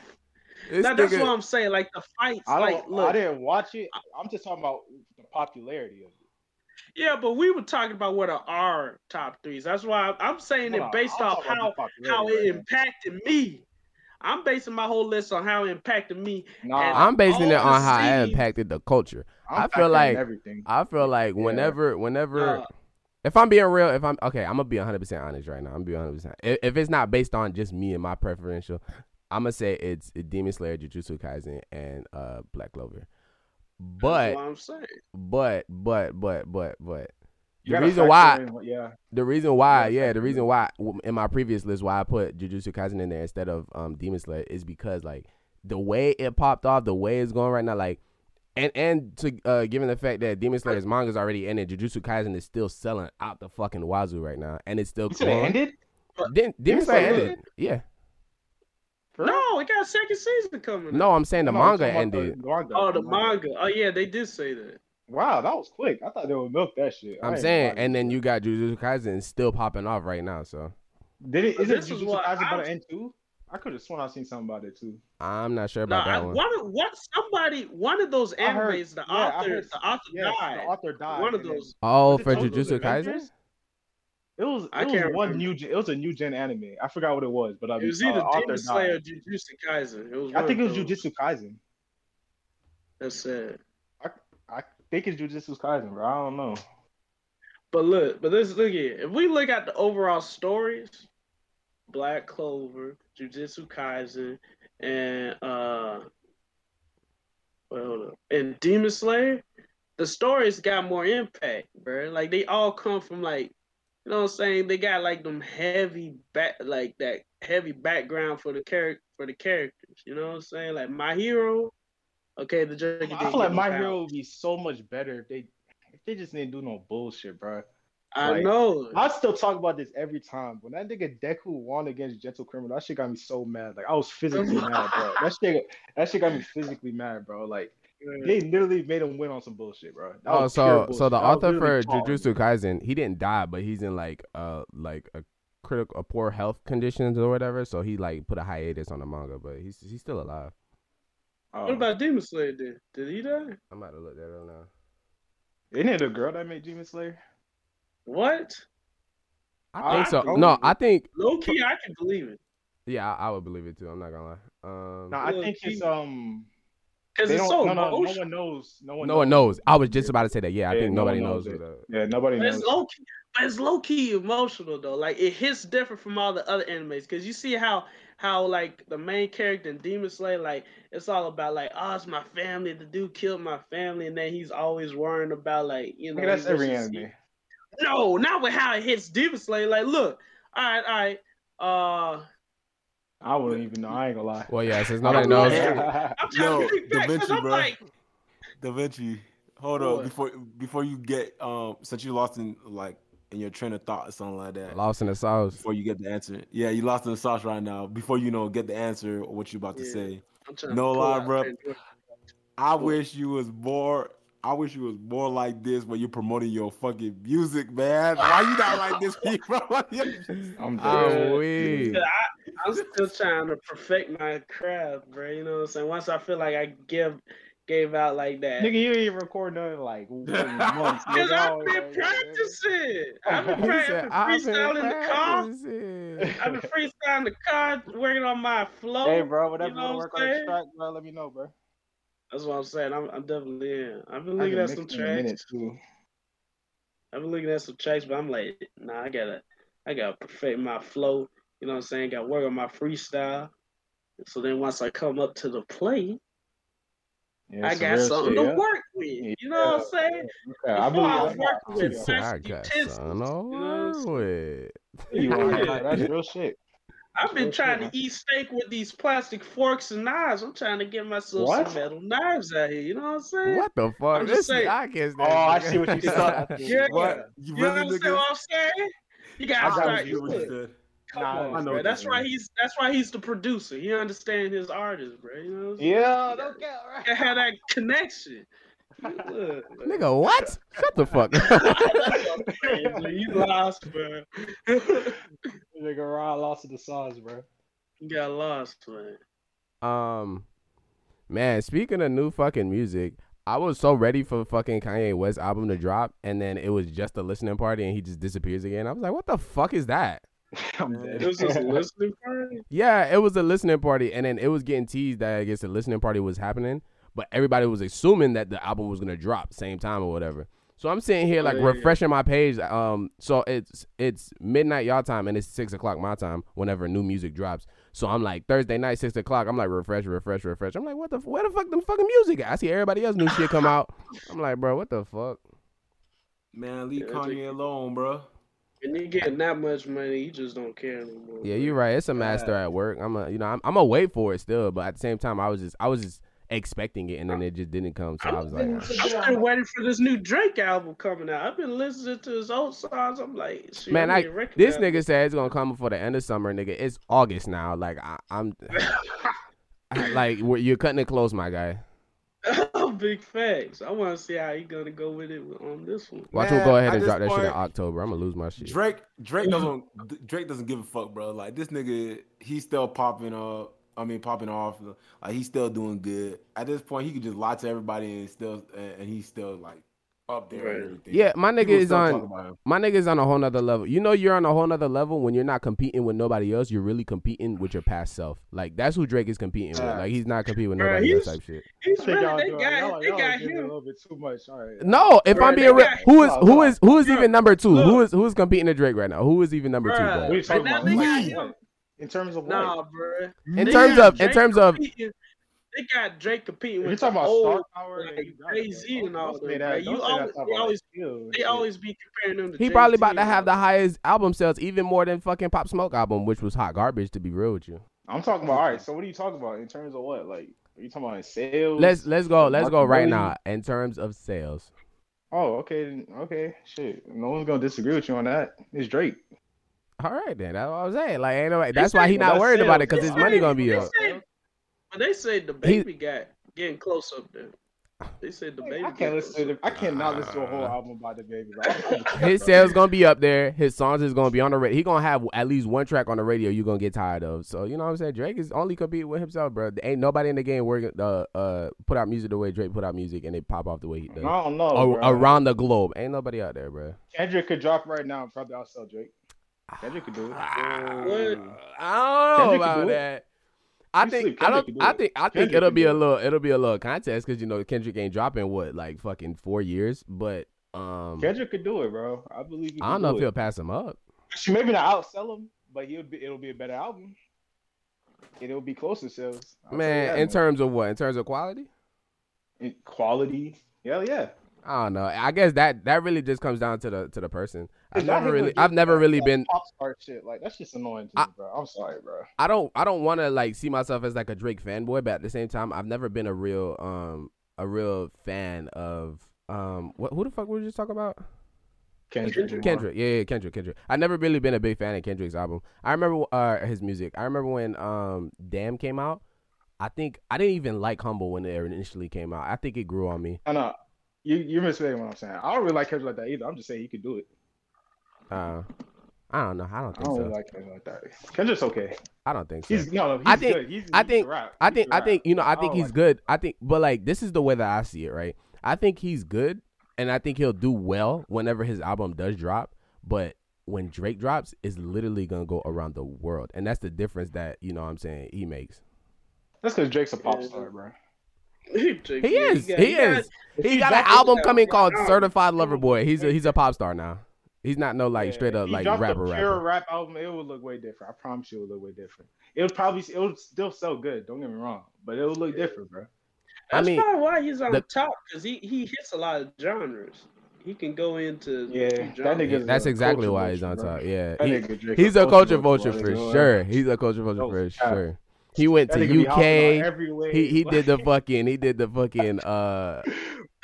[SPEAKER 3] this
[SPEAKER 5] That- that's what
[SPEAKER 3] nigga,
[SPEAKER 5] I'm saying. Like the fights,
[SPEAKER 1] I don't.
[SPEAKER 5] like look.
[SPEAKER 1] I didn't watch it. I'm just talking about the popularity of it.
[SPEAKER 5] Yeah, but we were talking about what are our top threes. That's why I- I'm saying
[SPEAKER 1] Hold
[SPEAKER 5] it
[SPEAKER 1] on,
[SPEAKER 5] based
[SPEAKER 1] I'm
[SPEAKER 5] off
[SPEAKER 1] talking
[SPEAKER 5] how
[SPEAKER 1] about the
[SPEAKER 5] how
[SPEAKER 1] popularity
[SPEAKER 5] it
[SPEAKER 1] right
[SPEAKER 5] impacted me. I'm basing my whole list on how it impacted me.
[SPEAKER 1] now. Nah,
[SPEAKER 3] I'm basing it
[SPEAKER 5] all
[SPEAKER 3] on
[SPEAKER 5] the
[SPEAKER 3] how I
[SPEAKER 5] scenes-
[SPEAKER 3] impacted the culture.
[SPEAKER 1] I'm
[SPEAKER 3] I feel
[SPEAKER 1] factoring
[SPEAKER 3] like-
[SPEAKER 1] everything.
[SPEAKER 3] I feel like
[SPEAKER 1] Yeah.
[SPEAKER 3] whenever, whenever,
[SPEAKER 5] Uh,
[SPEAKER 3] if I'm being real, if I'm okay, I'm gonna be 100 percent honest right now. I'm gonna be 100. percent if, if it's not based on just me and my preferential, I'm gonna say it's Demon Slayer, Jujutsu Kaisen, and uh Black Clover.
[SPEAKER 5] that's
[SPEAKER 3] But,
[SPEAKER 5] what I'm saying.
[SPEAKER 3] but, but, but, but, but
[SPEAKER 1] You
[SPEAKER 3] the
[SPEAKER 1] gotta factor
[SPEAKER 3] reason why,
[SPEAKER 1] in what- yeah,
[SPEAKER 3] the reason why,
[SPEAKER 1] gotta
[SPEAKER 3] yeah, the
[SPEAKER 1] factor
[SPEAKER 3] reason
[SPEAKER 1] in.
[SPEAKER 3] why w- in my previous list why I put Jujutsu Kaisen in there instead of um Demon Slayer is because like the way it popped off, the way it's going right now, like and and to uh, given the fact that Demon Slayer's manga is already ended, Jujutsu Kaisen is still selling out the fucking wazoo right now, and it's still
[SPEAKER 1] you said it
[SPEAKER 3] going.
[SPEAKER 1] ended.
[SPEAKER 3] Dem- Demon
[SPEAKER 1] Demon
[SPEAKER 3] Slayer
[SPEAKER 1] Slayer
[SPEAKER 3] ended.
[SPEAKER 1] ended?
[SPEAKER 3] Yeah.
[SPEAKER 1] For real?
[SPEAKER 5] No, it got a second season coming.
[SPEAKER 3] No, I'm saying the
[SPEAKER 1] No, I'm
[SPEAKER 3] manga
[SPEAKER 1] talking about
[SPEAKER 3] ended.
[SPEAKER 1] The manga,
[SPEAKER 5] Oh, the manga. Oh yeah, they did say that.
[SPEAKER 1] Wow, that was quick. I thought they would milk that shit. I
[SPEAKER 3] I'm
[SPEAKER 1] ain't
[SPEAKER 3] saying,
[SPEAKER 1] gonna lie.
[SPEAKER 3] and then you got Jujutsu Kaisen still popping off right now, so
[SPEAKER 1] did it? Is it
[SPEAKER 5] This is
[SPEAKER 1] Jujutsu
[SPEAKER 5] what
[SPEAKER 1] Kaisen
[SPEAKER 5] I-
[SPEAKER 1] about to end too? I could have sworn I seen something about it too.
[SPEAKER 3] I'm not sure
[SPEAKER 5] No,
[SPEAKER 3] about
[SPEAKER 5] I,
[SPEAKER 3] that one.
[SPEAKER 5] one of what somebody one of those
[SPEAKER 1] I heard-
[SPEAKER 5] animes, the
[SPEAKER 1] yeah, I
[SPEAKER 5] author,
[SPEAKER 1] heard-
[SPEAKER 5] the author
[SPEAKER 1] Yes,
[SPEAKER 5] died.
[SPEAKER 1] the author died.
[SPEAKER 5] one of
[SPEAKER 1] and then-
[SPEAKER 5] those.
[SPEAKER 3] Oh,
[SPEAKER 1] Was it
[SPEAKER 3] for
[SPEAKER 1] Tokyo's
[SPEAKER 3] Jujutsu Kaisen.
[SPEAKER 1] Avengers? It was. It
[SPEAKER 5] I
[SPEAKER 1] was
[SPEAKER 5] can't
[SPEAKER 1] one
[SPEAKER 5] remember.
[SPEAKER 1] new. gen- It was a new gen anime. I forgot what it was, but I
[SPEAKER 5] It was
[SPEAKER 1] uh,
[SPEAKER 5] either
[SPEAKER 1] author
[SPEAKER 5] Demon
[SPEAKER 1] died.
[SPEAKER 5] Slayer or Jujutsu Kaisen. It was
[SPEAKER 1] I think it
[SPEAKER 5] one
[SPEAKER 1] was
[SPEAKER 5] of those.
[SPEAKER 1] Jujutsu Kaisen.
[SPEAKER 5] That's sad.
[SPEAKER 1] I think it's Jujutsu Kaisen, bro. I don't know.
[SPEAKER 5] But look, but this look here. If we look at the overall stories, Black Clover, Jujutsu Kaisen, and uh, well, hold up, and Demon Slayer, the stories got more impact, bro. Like they all come from like, you know what I'm saying? They got like them heavy back, like that heavy background for the character for the characters. You know what I'm saying? Like My Hero. Okay, the Joker.
[SPEAKER 1] I
[SPEAKER 5] didn't
[SPEAKER 1] feel
[SPEAKER 5] get
[SPEAKER 1] like
[SPEAKER 5] no
[SPEAKER 1] my
[SPEAKER 5] power.
[SPEAKER 1] hero would be so much better if they if they just didn't do no bullshit, bro.
[SPEAKER 5] I
[SPEAKER 1] like-
[SPEAKER 5] know.
[SPEAKER 1] I still talk about this every time. When that nigga Deku won against Gentle Criminal, that shit got me so mad. Like I was physically mad, bro. That shit, that shit got me physically mad, bro. Like they literally made him win on some bullshit, bro. That
[SPEAKER 3] Oh,
[SPEAKER 1] was pure
[SPEAKER 3] so
[SPEAKER 1] bullshit.
[SPEAKER 3] so the
[SPEAKER 1] That was
[SPEAKER 3] author for
[SPEAKER 1] literally called.
[SPEAKER 3] Jujutsu Kaisen, he didn't die, but he's in like uh like a critical, a poor health conditions or whatever. So he like put a hiatus on the manga, but he's he's still alive.
[SPEAKER 1] Oh.
[SPEAKER 5] What about Demon Slayer? Did did he die?
[SPEAKER 3] I'm about to look that up now.
[SPEAKER 1] Isn't it a girl that made Demon Slayer?
[SPEAKER 5] What?
[SPEAKER 3] I think
[SPEAKER 1] I
[SPEAKER 3] so.
[SPEAKER 1] don't
[SPEAKER 3] No,
[SPEAKER 1] know.
[SPEAKER 3] I think
[SPEAKER 5] Low key, I can believe it
[SPEAKER 3] yeah, I, I would believe it too. I'm not gonna lie. Um,
[SPEAKER 1] No, I
[SPEAKER 5] Look,
[SPEAKER 1] think it's
[SPEAKER 5] he-
[SPEAKER 1] um.
[SPEAKER 5] because
[SPEAKER 1] They
[SPEAKER 5] it's
[SPEAKER 1] don't-
[SPEAKER 5] so
[SPEAKER 1] no, no, no
[SPEAKER 5] emotional.
[SPEAKER 1] one knows. No one.
[SPEAKER 3] no one knows. I was just about to say that. Yeah, I
[SPEAKER 1] Yeah,
[SPEAKER 3] think
[SPEAKER 1] no one
[SPEAKER 3] nobody
[SPEAKER 1] knows
[SPEAKER 3] knows.
[SPEAKER 1] it.
[SPEAKER 3] who the-
[SPEAKER 1] Yeah, nobody
[SPEAKER 5] But
[SPEAKER 1] knows.
[SPEAKER 5] it's low key, but it's low key emotional though. Like it hits different from all the other animes because you see how how like the main character in Demon Slayer, like it's all about like oh it's my family. The dude killed my family, and then he's always worrying about like you know.
[SPEAKER 1] Nigga, that's
[SPEAKER 5] he wishes
[SPEAKER 1] every
[SPEAKER 5] he-
[SPEAKER 1] anime.
[SPEAKER 5] No, not with how it hits Demon Slayer. Like look, all right, all right. Uh,
[SPEAKER 1] I wouldn't even know. I ain't gonna lie.
[SPEAKER 3] Well, yeah, since
[SPEAKER 5] I
[SPEAKER 3] nobody
[SPEAKER 5] don't know.
[SPEAKER 3] knows.
[SPEAKER 5] <laughs> I'm trying
[SPEAKER 2] Yo,
[SPEAKER 5] to think
[SPEAKER 2] Da
[SPEAKER 5] back 'cause
[SPEAKER 2] Vinci,
[SPEAKER 5] I'm
[SPEAKER 2] bro.
[SPEAKER 5] like
[SPEAKER 2] Da Vinci, hold
[SPEAKER 5] What?
[SPEAKER 2] on before before you get um since you lost in like in your train of thought or something like that.
[SPEAKER 3] Lost in the sauce.
[SPEAKER 2] Before you get the answer, yeah, you lost in the sauce right now. Before you know get the answer or what you about to
[SPEAKER 5] Yeah.
[SPEAKER 2] say,
[SPEAKER 5] I'm trying
[SPEAKER 2] No
[SPEAKER 5] to pull
[SPEAKER 2] lie,
[SPEAKER 5] out
[SPEAKER 2] bro.
[SPEAKER 5] Pandora.
[SPEAKER 2] I wish you was more. I wish you was more like this when you're promoting your fucking music, man. Why you <laughs> not like this, people?
[SPEAKER 1] I'm dead.
[SPEAKER 3] I'm
[SPEAKER 5] Yeah.
[SPEAKER 3] weak.
[SPEAKER 5] Yeah, I, I'm still trying to perfect my craft, bro. You know what I'm saying? Once I feel like I give gave out like that.
[SPEAKER 1] Nigga, you ain't record nothing
[SPEAKER 5] <laughs>
[SPEAKER 1] like months.
[SPEAKER 5] Cause
[SPEAKER 1] nigga.
[SPEAKER 5] I've
[SPEAKER 1] I
[SPEAKER 5] been
[SPEAKER 1] was like,
[SPEAKER 5] practicing.
[SPEAKER 1] <laughs>
[SPEAKER 5] I've been
[SPEAKER 1] He
[SPEAKER 5] practicing freestyle in the car.
[SPEAKER 3] the
[SPEAKER 5] <laughs> I've been freestyling in the car, working on my
[SPEAKER 1] <laughs>
[SPEAKER 5] flow.
[SPEAKER 1] Hey, bro, whenever
[SPEAKER 5] know
[SPEAKER 1] you want to
[SPEAKER 5] what
[SPEAKER 1] work
[SPEAKER 5] I'm
[SPEAKER 1] on a
[SPEAKER 5] saying?
[SPEAKER 1] track, bro, let me know, bro.
[SPEAKER 5] That's what I'm saying. I'm, I'm definitely in. I've been
[SPEAKER 1] I
[SPEAKER 5] looking
[SPEAKER 1] can
[SPEAKER 5] at
[SPEAKER 1] mix
[SPEAKER 5] some
[SPEAKER 1] in a minute,
[SPEAKER 5] tracks.
[SPEAKER 1] too.
[SPEAKER 5] I've been looking at some tracks, but I'm like, nah, I gotta, I gotta perfect my flow. You know what I'm saying? Got to work on my freestyle. So then once I come up to the plate,
[SPEAKER 1] Yeah,
[SPEAKER 5] I
[SPEAKER 1] some
[SPEAKER 5] got
[SPEAKER 1] real
[SPEAKER 5] something
[SPEAKER 1] shit,
[SPEAKER 5] to
[SPEAKER 1] yeah.
[SPEAKER 5] work with. You know what I'm
[SPEAKER 1] Yeah,
[SPEAKER 5] saying?
[SPEAKER 1] yeah, I
[SPEAKER 5] Before I
[SPEAKER 1] believe
[SPEAKER 5] was
[SPEAKER 1] that.
[SPEAKER 5] working with
[SPEAKER 1] Yeah.
[SPEAKER 5] certain
[SPEAKER 3] I got Oh,
[SPEAKER 5] utensils,
[SPEAKER 3] something to
[SPEAKER 5] you know what I'm
[SPEAKER 3] work with.
[SPEAKER 1] You are right,
[SPEAKER 5] Yeah. <laughs>
[SPEAKER 1] That's real shit.
[SPEAKER 5] I've been
[SPEAKER 1] Real
[SPEAKER 5] trying to
[SPEAKER 1] shit,
[SPEAKER 5] eat steak with these plastic forks and knives. I'm trying to get myself
[SPEAKER 1] What?
[SPEAKER 5] some metal knives out here. You know what I'm saying?
[SPEAKER 3] What the fuck?
[SPEAKER 5] I'm just
[SPEAKER 3] This
[SPEAKER 5] saying-
[SPEAKER 3] I guess.
[SPEAKER 1] Oh, I see what you <laughs> said. I see
[SPEAKER 5] Yeah.
[SPEAKER 1] what-
[SPEAKER 2] What? You
[SPEAKER 5] You know what
[SPEAKER 2] really
[SPEAKER 5] I'm saying?
[SPEAKER 2] niggas?
[SPEAKER 5] What I'm saying? You
[SPEAKER 2] I
[SPEAKER 5] gotta
[SPEAKER 1] got
[SPEAKER 5] start.
[SPEAKER 2] got you.
[SPEAKER 1] you.
[SPEAKER 2] What you said.
[SPEAKER 5] Come
[SPEAKER 1] Nah,
[SPEAKER 5] on,
[SPEAKER 1] I know
[SPEAKER 5] bro.
[SPEAKER 1] what
[SPEAKER 5] That's
[SPEAKER 1] you
[SPEAKER 5] why
[SPEAKER 1] mean.
[SPEAKER 5] he's that's why he's the producer. He understands his artist, bro. You know what I'm saying?
[SPEAKER 1] Yeah, don't get
[SPEAKER 5] You
[SPEAKER 1] right.
[SPEAKER 5] have that connection.
[SPEAKER 1] <laughs>
[SPEAKER 5] Look, man.
[SPEAKER 3] <laughs> Nigga, what? Shut the fuck
[SPEAKER 5] That's
[SPEAKER 3] up. <laughs>
[SPEAKER 5] what I'm saying, bro. You lost, bro. <laughs> you
[SPEAKER 1] Nigga, Ron lost to the sauce, bro.
[SPEAKER 5] got lost, man.
[SPEAKER 3] Um, man, speaking of new fucking music, I was so ready for fucking Kanye West album to drop, and then it was just a listening party, and he just disappears again. I was like, what the fuck is that?
[SPEAKER 1] I'm
[SPEAKER 5] It <laughs>
[SPEAKER 1] <laughs>
[SPEAKER 5] was just a listening party.
[SPEAKER 3] Yeah, it was a listening party, and then it was getting teased that I guess the listening party was happening, but everybody was assuming that the album was gonna drop same time or whatever. So I'm sitting here like
[SPEAKER 5] Yeah.
[SPEAKER 3] refreshing my page. Um, so it's it's midnight y'all time and it's six o'clock my time whenever new music drops. So I'm like Thursday night six o'clock. I'm like refresh, refresh, refresh. I'm like, what the f- where the fuck the fucking music? At? I see everybody else new shit come out. I'm like, bro, what the fuck?
[SPEAKER 2] Man, leave
[SPEAKER 5] Yeah,
[SPEAKER 2] Kanye
[SPEAKER 5] nigga.
[SPEAKER 2] alone, bro.
[SPEAKER 5] And you getting that much money, you just don't care no more.
[SPEAKER 3] Yeah,
[SPEAKER 5] bro.
[SPEAKER 3] you're right. It's a master at work. I'm a you know I'm I'm gonna wait for it still, but at the same time I was just I was just expecting it and then it just didn't come. So I was like. "Ah."
[SPEAKER 5] I'm still waiting for this new Drake album coming out. I've been listening to his old songs. I'm like, shit,
[SPEAKER 3] Man,
[SPEAKER 5] I
[SPEAKER 3] I
[SPEAKER 5] need to recognize
[SPEAKER 3] this nigga said it's gonna come before the end of summer, nigga. It's August now. Like I, I'm,
[SPEAKER 2] <laughs>
[SPEAKER 3] I- like we're- you're cutting it close, my guy.
[SPEAKER 5] <laughs> Oh, Big facts. I want to see how he gonna go with it on this one.
[SPEAKER 3] Watch
[SPEAKER 2] Man,
[SPEAKER 3] him go ahead
[SPEAKER 2] at
[SPEAKER 3] and
[SPEAKER 2] this
[SPEAKER 3] drop that shit in
[SPEAKER 2] point,
[SPEAKER 3] October. I'm gonna lose my shit.
[SPEAKER 2] Drake, Drake doesn't, Drake doesn't give a fuck, bro. Like this nigga, he's still popping up. I mean, popping off. Like he's still doing good. At this point, he could just lie to everybody and still, and and he's still like up there and
[SPEAKER 5] Right.
[SPEAKER 2] everything.
[SPEAKER 3] Yeah, my nigga
[SPEAKER 2] People
[SPEAKER 3] is
[SPEAKER 2] still
[SPEAKER 3] on
[SPEAKER 2] talk about him.
[SPEAKER 3] my nigga is on a whole nother level. You know you're on a whole nother level when you're not competing with nobody else. You're really competing with your past self. Like that's who Drake is competing with.
[SPEAKER 1] Facts.
[SPEAKER 3] Like he's not competing with
[SPEAKER 5] Bruh,
[SPEAKER 3] nobody else
[SPEAKER 5] he's-
[SPEAKER 3] type shit.
[SPEAKER 5] He's
[SPEAKER 1] I think y'all
[SPEAKER 5] really, they
[SPEAKER 1] doing y'all,
[SPEAKER 5] got, they
[SPEAKER 1] y'all
[SPEAKER 5] got
[SPEAKER 1] giving a
[SPEAKER 5] him.
[SPEAKER 1] little bit too much. All right.
[SPEAKER 3] No, if
[SPEAKER 5] Bruh,
[SPEAKER 3] I'm
[SPEAKER 5] they
[SPEAKER 3] being real,
[SPEAKER 5] got-
[SPEAKER 3] who is
[SPEAKER 1] Nah,
[SPEAKER 3] who
[SPEAKER 1] nah.
[SPEAKER 3] is who is
[SPEAKER 5] Bruh,
[SPEAKER 3] even number two? Who
[SPEAKER 5] look.
[SPEAKER 3] is who is competing to Drake right now? Who is even number two?
[SPEAKER 5] Bruh,
[SPEAKER 3] Bro?
[SPEAKER 1] We talking
[SPEAKER 5] But now
[SPEAKER 1] about
[SPEAKER 5] they got
[SPEAKER 1] money.
[SPEAKER 5] him.
[SPEAKER 1] in terms of what?
[SPEAKER 5] Nah, bro.
[SPEAKER 3] In terms of in terms of
[SPEAKER 5] They got Drake competing
[SPEAKER 1] If
[SPEAKER 5] with
[SPEAKER 1] you're talking
[SPEAKER 5] the
[SPEAKER 1] about
[SPEAKER 5] old
[SPEAKER 1] star power,
[SPEAKER 5] like,
[SPEAKER 1] then you got it,
[SPEAKER 5] Jay-Z
[SPEAKER 1] bro.
[SPEAKER 5] and all
[SPEAKER 1] Don't
[SPEAKER 5] that,
[SPEAKER 1] say
[SPEAKER 5] bro.
[SPEAKER 1] that.
[SPEAKER 5] You
[SPEAKER 1] Don't say
[SPEAKER 5] always-
[SPEAKER 1] that stuff
[SPEAKER 5] they
[SPEAKER 1] about
[SPEAKER 5] always-
[SPEAKER 1] skill and
[SPEAKER 5] They
[SPEAKER 1] shit.
[SPEAKER 5] always be comparing them to
[SPEAKER 3] he probably about to
[SPEAKER 5] Jay-Z.
[SPEAKER 3] have the highest album sales, even more than fucking Pop Smoke album, which was hot garbage to be real with you.
[SPEAKER 1] I'm talking about. All right. So what are you talking about in terms of what? Like, are you talking about in sales?
[SPEAKER 3] Let's let's go let's go right
[SPEAKER 1] Marketability?
[SPEAKER 3] now in terms of sales.
[SPEAKER 1] Oh, okay. then- Okay. Shit. No one's gonna disagree with you on that. It's Drake.
[SPEAKER 3] All right then, that's what I'm saying. Like ain't nobody, that's why he
[SPEAKER 1] But
[SPEAKER 3] not
[SPEAKER 1] that's
[SPEAKER 3] worried about it
[SPEAKER 1] sales.
[SPEAKER 3] because his
[SPEAKER 1] That's
[SPEAKER 3] money gonna be
[SPEAKER 5] They
[SPEAKER 3] up.
[SPEAKER 5] say- But they say the baby got getting close up there. They said the baby.
[SPEAKER 1] I can't listen.
[SPEAKER 5] To
[SPEAKER 1] To, I cannot listen to a whole album by the baby. bro.
[SPEAKER 3] His sales gonna be up there. His songs is gonna be on the radio. He gonna have at least one track on the radio. You gonna get tired of. So you know what I'm saying. Drake is only competing with himself, bro. There ain't nobody in the game working. Uh, uh, put out music the way Drake put out music, and it pop off the way he does.
[SPEAKER 1] I don't know.
[SPEAKER 3] A-
[SPEAKER 1] bro.
[SPEAKER 3] Oh, around the globe, ain't nobody out there, bro.
[SPEAKER 1] Kendrick could drop right now and probably outsell Drake. Kendrick could
[SPEAKER 3] <sighs>
[SPEAKER 1] do it.
[SPEAKER 3] Ah. I don't know
[SPEAKER 1] Kendrick can
[SPEAKER 3] about
[SPEAKER 1] do it.
[SPEAKER 3] that. I
[SPEAKER 1] You
[SPEAKER 3] think
[SPEAKER 1] sleep,
[SPEAKER 3] I
[SPEAKER 1] Kendrick
[SPEAKER 3] don't.
[SPEAKER 1] can do
[SPEAKER 3] I
[SPEAKER 1] it.
[SPEAKER 3] think I think
[SPEAKER 1] Kendrick
[SPEAKER 3] it'll
[SPEAKER 1] can
[SPEAKER 3] be
[SPEAKER 1] do
[SPEAKER 3] a
[SPEAKER 1] it.
[SPEAKER 3] little. It'll be a little contest because you know Kendrick ain't dropping what like fucking four years, but um,
[SPEAKER 1] Kendrick could do it, bro. I believe. He
[SPEAKER 3] I
[SPEAKER 1] could
[SPEAKER 3] don't know if
[SPEAKER 1] do
[SPEAKER 3] he'll
[SPEAKER 1] it.
[SPEAKER 3] pass him up.
[SPEAKER 1] Actually, maybe not outsell him, but he'll be. It'll be a better album. And it'll be closer sales. I'll tell you
[SPEAKER 3] man,
[SPEAKER 1] that,
[SPEAKER 3] in terms of what? In terms of quality?
[SPEAKER 1] In quality. Hell yeah.
[SPEAKER 3] I don't know. I guess that that really just comes down to the to the person. I've
[SPEAKER 1] Y'all
[SPEAKER 3] never
[SPEAKER 1] niggas
[SPEAKER 3] really
[SPEAKER 1] do
[SPEAKER 3] I've never
[SPEAKER 1] that,
[SPEAKER 3] really
[SPEAKER 1] like,
[SPEAKER 3] been
[SPEAKER 1] pop star shit. Like that's just annoying to
[SPEAKER 3] I-
[SPEAKER 1] me, bro. I'm sorry, bro.
[SPEAKER 3] I don't I don't want to like see myself as like a Drake fanboy, but at the same time, I've never been a real um a real fan of um what who the fuck were we just talking about?
[SPEAKER 1] Kendrick. Lamar.
[SPEAKER 3] Kendrick, yeah, yeah, Kendrick, Kendrick. I've never really been a big fan of Kendrick's album. I remember uh, his music. I remember when um Damn came out. I think I didn't even like Humble when it initially came out. I think it grew on me.
[SPEAKER 1] I know. You you're misstating what I'm saying. I don't really like Kendrick like that either. I'm just saying he could do it.
[SPEAKER 3] Uh, I don't know. I don't
[SPEAKER 1] I
[SPEAKER 3] think
[SPEAKER 1] don't
[SPEAKER 3] so.
[SPEAKER 1] really like Kendrick like that. Kendrick's okay.
[SPEAKER 3] I don't think so.
[SPEAKER 1] He's no, no he's
[SPEAKER 3] I think-
[SPEAKER 1] good. He's,
[SPEAKER 3] I
[SPEAKER 1] he's
[SPEAKER 3] think-
[SPEAKER 1] a rap.
[SPEAKER 3] I
[SPEAKER 1] He's
[SPEAKER 3] think
[SPEAKER 1] a
[SPEAKER 3] I
[SPEAKER 1] rap.
[SPEAKER 3] think you know I think
[SPEAKER 1] don't
[SPEAKER 3] he's
[SPEAKER 1] like
[SPEAKER 3] good. I think but like this is the way that I see it, right? I think he's good and I think he'll do well whenever his album does drop, but when Drake drops, it's literally going to go around the world. And that's the difference that, you know what I'm saying, he makes.
[SPEAKER 1] That's because Drake's a pop
[SPEAKER 5] Yeah.
[SPEAKER 1] star, bro.
[SPEAKER 5] <laughs>
[SPEAKER 3] He is. He is. He got an album coming called Certified Lover Boy. He's a he's a pop star now. He's not no like
[SPEAKER 1] Yeah,
[SPEAKER 3] straight
[SPEAKER 1] if
[SPEAKER 3] up
[SPEAKER 1] he
[SPEAKER 3] like
[SPEAKER 1] dropped
[SPEAKER 3] rapper
[SPEAKER 1] a pure
[SPEAKER 3] rapper.
[SPEAKER 1] rap album, it would look way different. I promise you, it would look way different. It'll probably it'll still sell good. Don't get me wrong, but it'll look different, bro.
[SPEAKER 3] I
[SPEAKER 5] That's
[SPEAKER 3] mean,
[SPEAKER 5] probably why he's on
[SPEAKER 3] the-
[SPEAKER 5] top because he, he hits a lot of genres. He can go into
[SPEAKER 1] Yeah,
[SPEAKER 5] few
[SPEAKER 1] that
[SPEAKER 5] genres.
[SPEAKER 1] nigga's
[SPEAKER 3] That's
[SPEAKER 1] a
[SPEAKER 3] exactly
[SPEAKER 1] culture
[SPEAKER 3] why he's on
[SPEAKER 1] vulture, bro.
[SPEAKER 3] top. Yeah.
[SPEAKER 1] That
[SPEAKER 3] He-
[SPEAKER 1] nigga Drake
[SPEAKER 3] He's a culture vulture
[SPEAKER 1] vulture,
[SPEAKER 3] for
[SPEAKER 1] bro.
[SPEAKER 3] sure. He's a culture vulture
[SPEAKER 1] Oh,
[SPEAKER 3] for
[SPEAKER 1] God.
[SPEAKER 3] sure. He went
[SPEAKER 1] That
[SPEAKER 3] to
[SPEAKER 1] nigga be hopping on
[SPEAKER 3] UK.
[SPEAKER 1] every wave.
[SPEAKER 3] He he did the fucking he did the fucking uh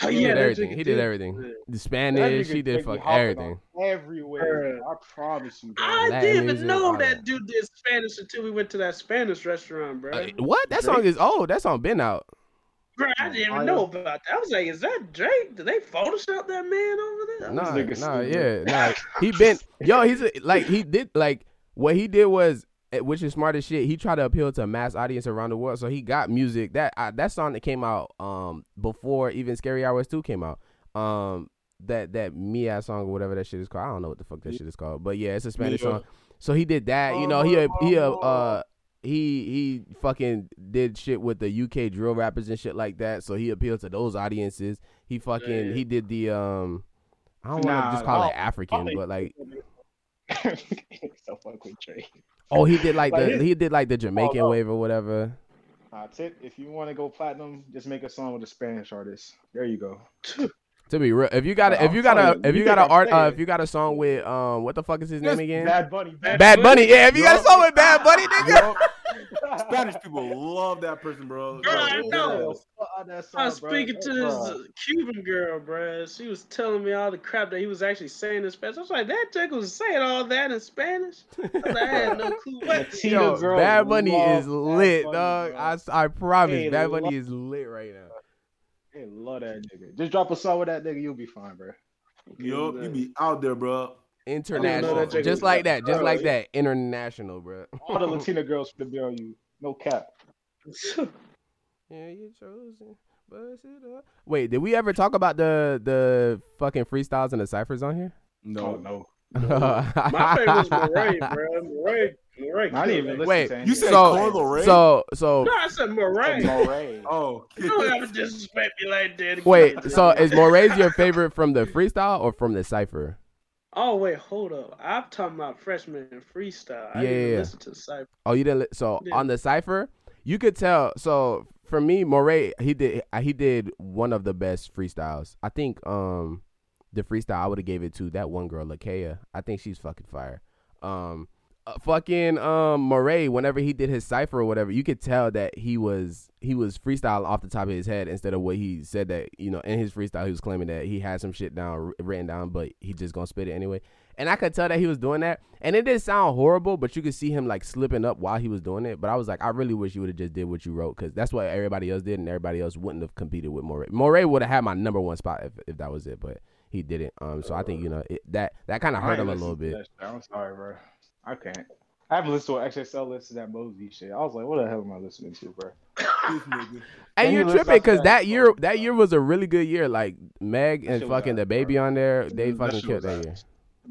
[SPEAKER 5] Oh,
[SPEAKER 3] he
[SPEAKER 5] <laughs> yeah,
[SPEAKER 3] did
[SPEAKER 5] that
[SPEAKER 3] everything.
[SPEAKER 5] nigga
[SPEAKER 3] He did everything. The
[SPEAKER 1] That
[SPEAKER 3] Spanish,
[SPEAKER 1] nigga
[SPEAKER 3] he
[SPEAKER 1] Drake
[SPEAKER 3] did
[SPEAKER 1] be
[SPEAKER 3] fuck
[SPEAKER 1] hopping
[SPEAKER 3] everywhere.
[SPEAKER 1] on Everywhere. I promise you, bro.
[SPEAKER 5] I
[SPEAKER 3] Latin
[SPEAKER 5] didn't
[SPEAKER 3] music, all
[SPEAKER 5] know
[SPEAKER 3] that.
[SPEAKER 5] that dude did Spanish until we went to that Spanish restaurant, bro.
[SPEAKER 3] Uh, what? That song is old. That song been out.
[SPEAKER 5] bro, I didn't even know about that. I was like, is that Drake? Did they Photoshop that man over there?
[SPEAKER 3] No, nah,
[SPEAKER 1] nigga
[SPEAKER 3] nah, yeah,
[SPEAKER 1] stupid.
[SPEAKER 3] nah. He been yo. He's a, like he did like what he did was eh, which is smart as shit. He tried to appeal to a mass audience around the world, so he got music that uh, that song that came out um before even Scary Hours Two came out. Um, that that Mia song or whatever that shit is called. I don't know what the fuck that shit is called, but yeah, it's a Spanish
[SPEAKER 2] Mia.
[SPEAKER 3] song. So he did that. You know, he a- he a, uh he he fucking did shit with the UK drill rappers and shit like that. So he appealed to those audiences. He fucking
[SPEAKER 5] Yeah.
[SPEAKER 3] he did the um. I don't want to
[SPEAKER 1] Nah,
[SPEAKER 3] just call it
[SPEAKER 1] no.
[SPEAKER 3] African,
[SPEAKER 1] Probably-
[SPEAKER 3] but like
[SPEAKER 1] <laughs> so fuck with Drake.
[SPEAKER 3] oh, he did like
[SPEAKER 1] Like
[SPEAKER 3] the
[SPEAKER 1] his- Oh,
[SPEAKER 3] he did like the Jamaican
[SPEAKER 1] no.
[SPEAKER 3] wave or whatever.
[SPEAKER 1] Uh, tip, if you want to go platinum, just make a song with a Spanish artist. There you go.
[SPEAKER 3] To be real, if you got a,
[SPEAKER 1] Bro,
[SPEAKER 3] if
[SPEAKER 1] I'm
[SPEAKER 3] you got a
[SPEAKER 1] telling you,
[SPEAKER 3] if
[SPEAKER 1] you
[SPEAKER 3] you got a
[SPEAKER 1] think I'm
[SPEAKER 3] art uh,
[SPEAKER 1] playing.
[SPEAKER 3] if you got a song with um what the fuck is his name again?
[SPEAKER 1] Bad Bunny. <laughs> Bad,
[SPEAKER 3] Bad Bunny. Yeah, if you got a song with Bad Bunny, nigga.
[SPEAKER 2] Yup.
[SPEAKER 5] <laughs>
[SPEAKER 2] Spanish people love that person, bro.
[SPEAKER 5] Bro, I
[SPEAKER 2] Yo,
[SPEAKER 5] know.
[SPEAKER 1] That song,
[SPEAKER 5] I was
[SPEAKER 1] bro.
[SPEAKER 5] speaking to this
[SPEAKER 1] Bruh.
[SPEAKER 5] Cuban girl, bruh. She was telling me all the crap that he was actually saying in Spanish. I was like, that Jacob was saying all that in Spanish. I, was like, I
[SPEAKER 1] <laughs>
[SPEAKER 5] had no clue what.
[SPEAKER 1] Latina
[SPEAKER 3] Yo,
[SPEAKER 1] girls
[SPEAKER 3] Bad Bunny
[SPEAKER 1] love
[SPEAKER 3] is
[SPEAKER 1] Bad
[SPEAKER 3] lit,
[SPEAKER 1] Bunny,
[SPEAKER 3] dog.
[SPEAKER 1] bro.
[SPEAKER 3] I, s- I promise,
[SPEAKER 1] They
[SPEAKER 3] Bad Bunny
[SPEAKER 1] love-
[SPEAKER 3] is lit right now.
[SPEAKER 1] They love that nigga. Just drop a song with that nigga, you'll be fine, bro.
[SPEAKER 2] Yup, you be out there, bro.
[SPEAKER 3] International,
[SPEAKER 5] that Drake
[SPEAKER 3] just
[SPEAKER 5] was
[SPEAKER 3] like
[SPEAKER 1] that
[SPEAKER 3] that, just
[SPEAKER 1] good.
[SPEAKER 3] like that. International, bro.
[SPEAKER 1] All the
[SPEAKER 5] <laughs>
[SPEAKER 1] Latina girls for the BRU. No cap.
[SPEAKER 3] Yeah, you chosen. Bust it up. Wait, did we ever talk about the the fucking freestyles and the ciphers on here?
[SPEAKER 1] Oh
[SPEAKER 2] No,
[SPEAKER 1] no.
[SPEAKER 3] <laughs>
[SPEAKER 5] My favorite was Murray, bro. Murray, Murray.
[SPEAKER 1] I didn't even listen
[SPEAKER 5] killed
[SPEAKER 3] Wait,
[SPEAKER 1] to any
[SPEAKER 2] you
[SPEAKER 1] of
[SPEAKER 2] said
[SPEAKER 1] that.
[SPEAKER 3] So-
[SPEAKER 2] Coil Ray.
[SPEAKER 3] So
[SPEAKER 5] it.
[SPEAKER 3] so
[SPEAKER 5] No, I said <laughs>
[SPEAKER 2] <laughs>
[SPEAKER 5] Murray.
[SPEAKER 1] Moray.
[SPEAKER 2] oh,
[SPEAKER 5] You don't have to disrespect me like that. Again,
[SPEAKER 3] wait, so
[SPEAKER 5] bro.
[SPEAKER 3] is Moray's your favorite from the freestyle or from the cipher?
[SPEAKER 5] Oh wait, hold up. I'm talking about freshman freestyle. I
[SPEAKER 3] Yeah,
[SPEAKER 5] didn't
[SPEAKER 3] yeah, yeah.
[SPEAKER 5] listen to Cypher.
[SPEAKER 3] Oh, you didn't. Li- so
[SPEAKER 5] Yeah.
[SPEAKER 3] on the cipher, you could tell. So for me, Moray, he did he did one of the best freestyles. I think um the freestyle I would have gave it to that one girl, Lakea. I think she's fucking fire. Um, uh, fucking um Moray. Whenever he did his cipher or whatever, you could tell that he was he was freestyle off the top of his head instead of what he said that you know in his freestyle he was claiming that he had some shit down wr- written down, but he just gonna spit it anyway and I could tell that he was doing that, and it didn't sound horrible, but you could see him like slipping up while he was doing it. But I was like, I really wish you would have just did what you wrote, because that's what everybody else did, and everybody else wouldn't have competed with Moray. Moray would have had my number one spot if, if that was it, but he didn't. Um, so I think you know it, that that kind of
[SPEAKER 1] I
[SPEAKER 3] hurt
[SPEAKER 1] ain't
[SPEAKER 3] him a
[SPEAKER 1] listened
[SPEAKER 3] little
[SPEAKER 1] to
[SPEAKER 3] bit.
[SPEAKER 1] that shit. I'm sorry, bro. I can't. I haven't listened to an XXL list to that Mosey shit. I was like, what the hell am I listening to, bro?
[SPEAKER 2] this nigga.
[SPEAKER 3] And
[SPEAKER 1] Then
[SPEAKER 3] you're
[SPEAKER 1] you listen
[SPEAKER 3] tripping because
[SPEAKER 1] to that
[SPEAKER 3] that year
[SPEAKER 1] song,
[SPEAKER 3] that year was a really good year. Like Meg
[SPEAKER 1] That
[SPEAKER 3] and
[SPEAKER 1] shit was
[SPEAKER 3] fucking
[SPEAKER 1] ass,
[SPEAKER 3] the baby
[SPEAKER 1] bro.
[SPEAKER 3] on there, they
[SPEAKER 1] That
[SPEAKER 3] fucking
[SPEAKER 1] shit was
[SPEAKER 3] killed that
[SPEAKER 1] ass.
[SPEAKER 3] year.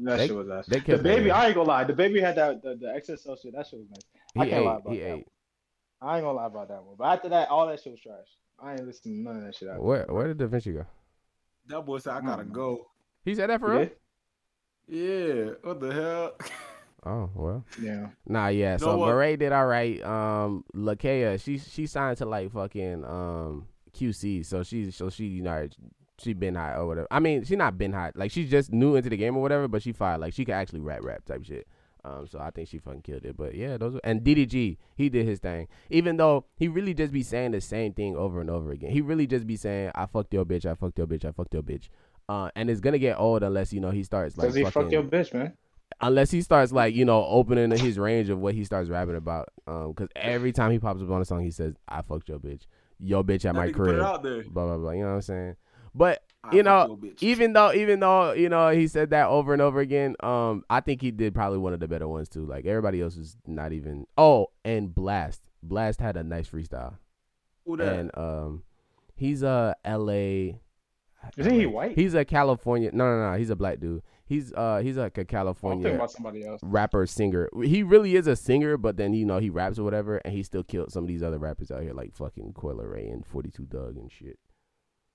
[SPEAKER 1] That
[SPEAKER 3] They-
[SPEAKER 1] shit was ass.
[SPEAKER 3] they
[SPEAKER 1] The
[SPEAKER 3] killed that
[SPEAKER 1] baby,
[SPEAKER 3] nigga.
[SPEAKER 1] I ain't gonna lie. The baby had that the, the XXL shit. That shit was nice. I
[SPEAKER 3] He
[SPEAKER 1] can't lie
[SPEAKER 3] ate.
[SPEAKER 1] about
[SPEAKER 3] He
[SPEAKER 1] that
[SPEAKER 3] ate.
[SPEAKER 1] one. I ain't gonna lie about that one. But after that, all that shit was trash. I ain't listening to none of that shit. After
[SPEAKER 3] Where where did Da Vinci go?
[SPEAKER 2] That boy said I gotta
[SPEAKER 1] Mm.
[SPEAKER 2] go.
[SPEAKER 3] He said that for
[SPEAKER 1] that.
[SPEAKER 3] real.
[SPEAKER 2] Yeah, what the hell?
[SPEAKER 3] Oh well.
[SPEAKER 1] Yeah.
[SPEAKER 3] Nah, yeah.
[SPEAKER 2] know
[SPEAKER 3] So
[SPEAKER 2] what?
[SPEAKER 3] Murray did all right. Um, Lakea, she she signed to like fucking um QC, so she so she you know she been hot or whatever. I mean, she not been hot. Like she's just new into the game or whatever, but she fired like she can actually rap rap type shit. Um, so I think she fucking killed it. But yeah, those were, and DDG, he did his thing. Even though he really just be saying the same thing over and over again. He really just be saying, "I fucked your bitch, I fucked your bitch, I fucked your bitch." Uh, and it's gonna get old unless you know he starts like
[SPEAKER 1] Because he
[SPEAKER 3] fucking-
[SPEAKER 1] fucked your bitch, man.
[SPEAKER 3] unless he starts like you know opening his range of what he starts rapping about. Um, because every time he pops up on a song, he says, "I fucked your bitch, yo bitch
[SPEAKER 2] That <laughs>
[SPEAKER 3] at my
[SPEAKER 2] nigga put
[SPEAKER 3] crib,"
[SPEAKER 2] it
[SPEAKER 3] blah
[SPEAKER 2] out there.
[SPEAKER 3] blah blah. You know what I'm saying? But
[SPEAKER 2] I
[SPEAKER 3] you
[SPEAKER 2] fuck
[SPEAKER 3] know,
[SPEAKER 2] your bitch.
[SPEAKER 3] even though even though you know he said that over and over again, um, I think he did probably one of the better ones too. Like everybody else is not even. Oh, and Blast, Blast had a nice freestyle,
[SPEAKER 2] Who that?
[SPEAKER 3] and um, he's a L.A.
[SPEAKER 1] Isn't he white?
[SPEAKER 3] He's a California. No, no, no. He's a black dude. He's uh, he's like a
[SPEAKER 1] I'm
[SPEAKER 3] California
[SPEAKER 1] thinking about somebody else.
[SPEAKER 3] rapper singer. He really is a singer, but then you know he raps or whatever, and he still killed some of these other rappers out here like fucking Coil Ray and Forty Two Doug and shit.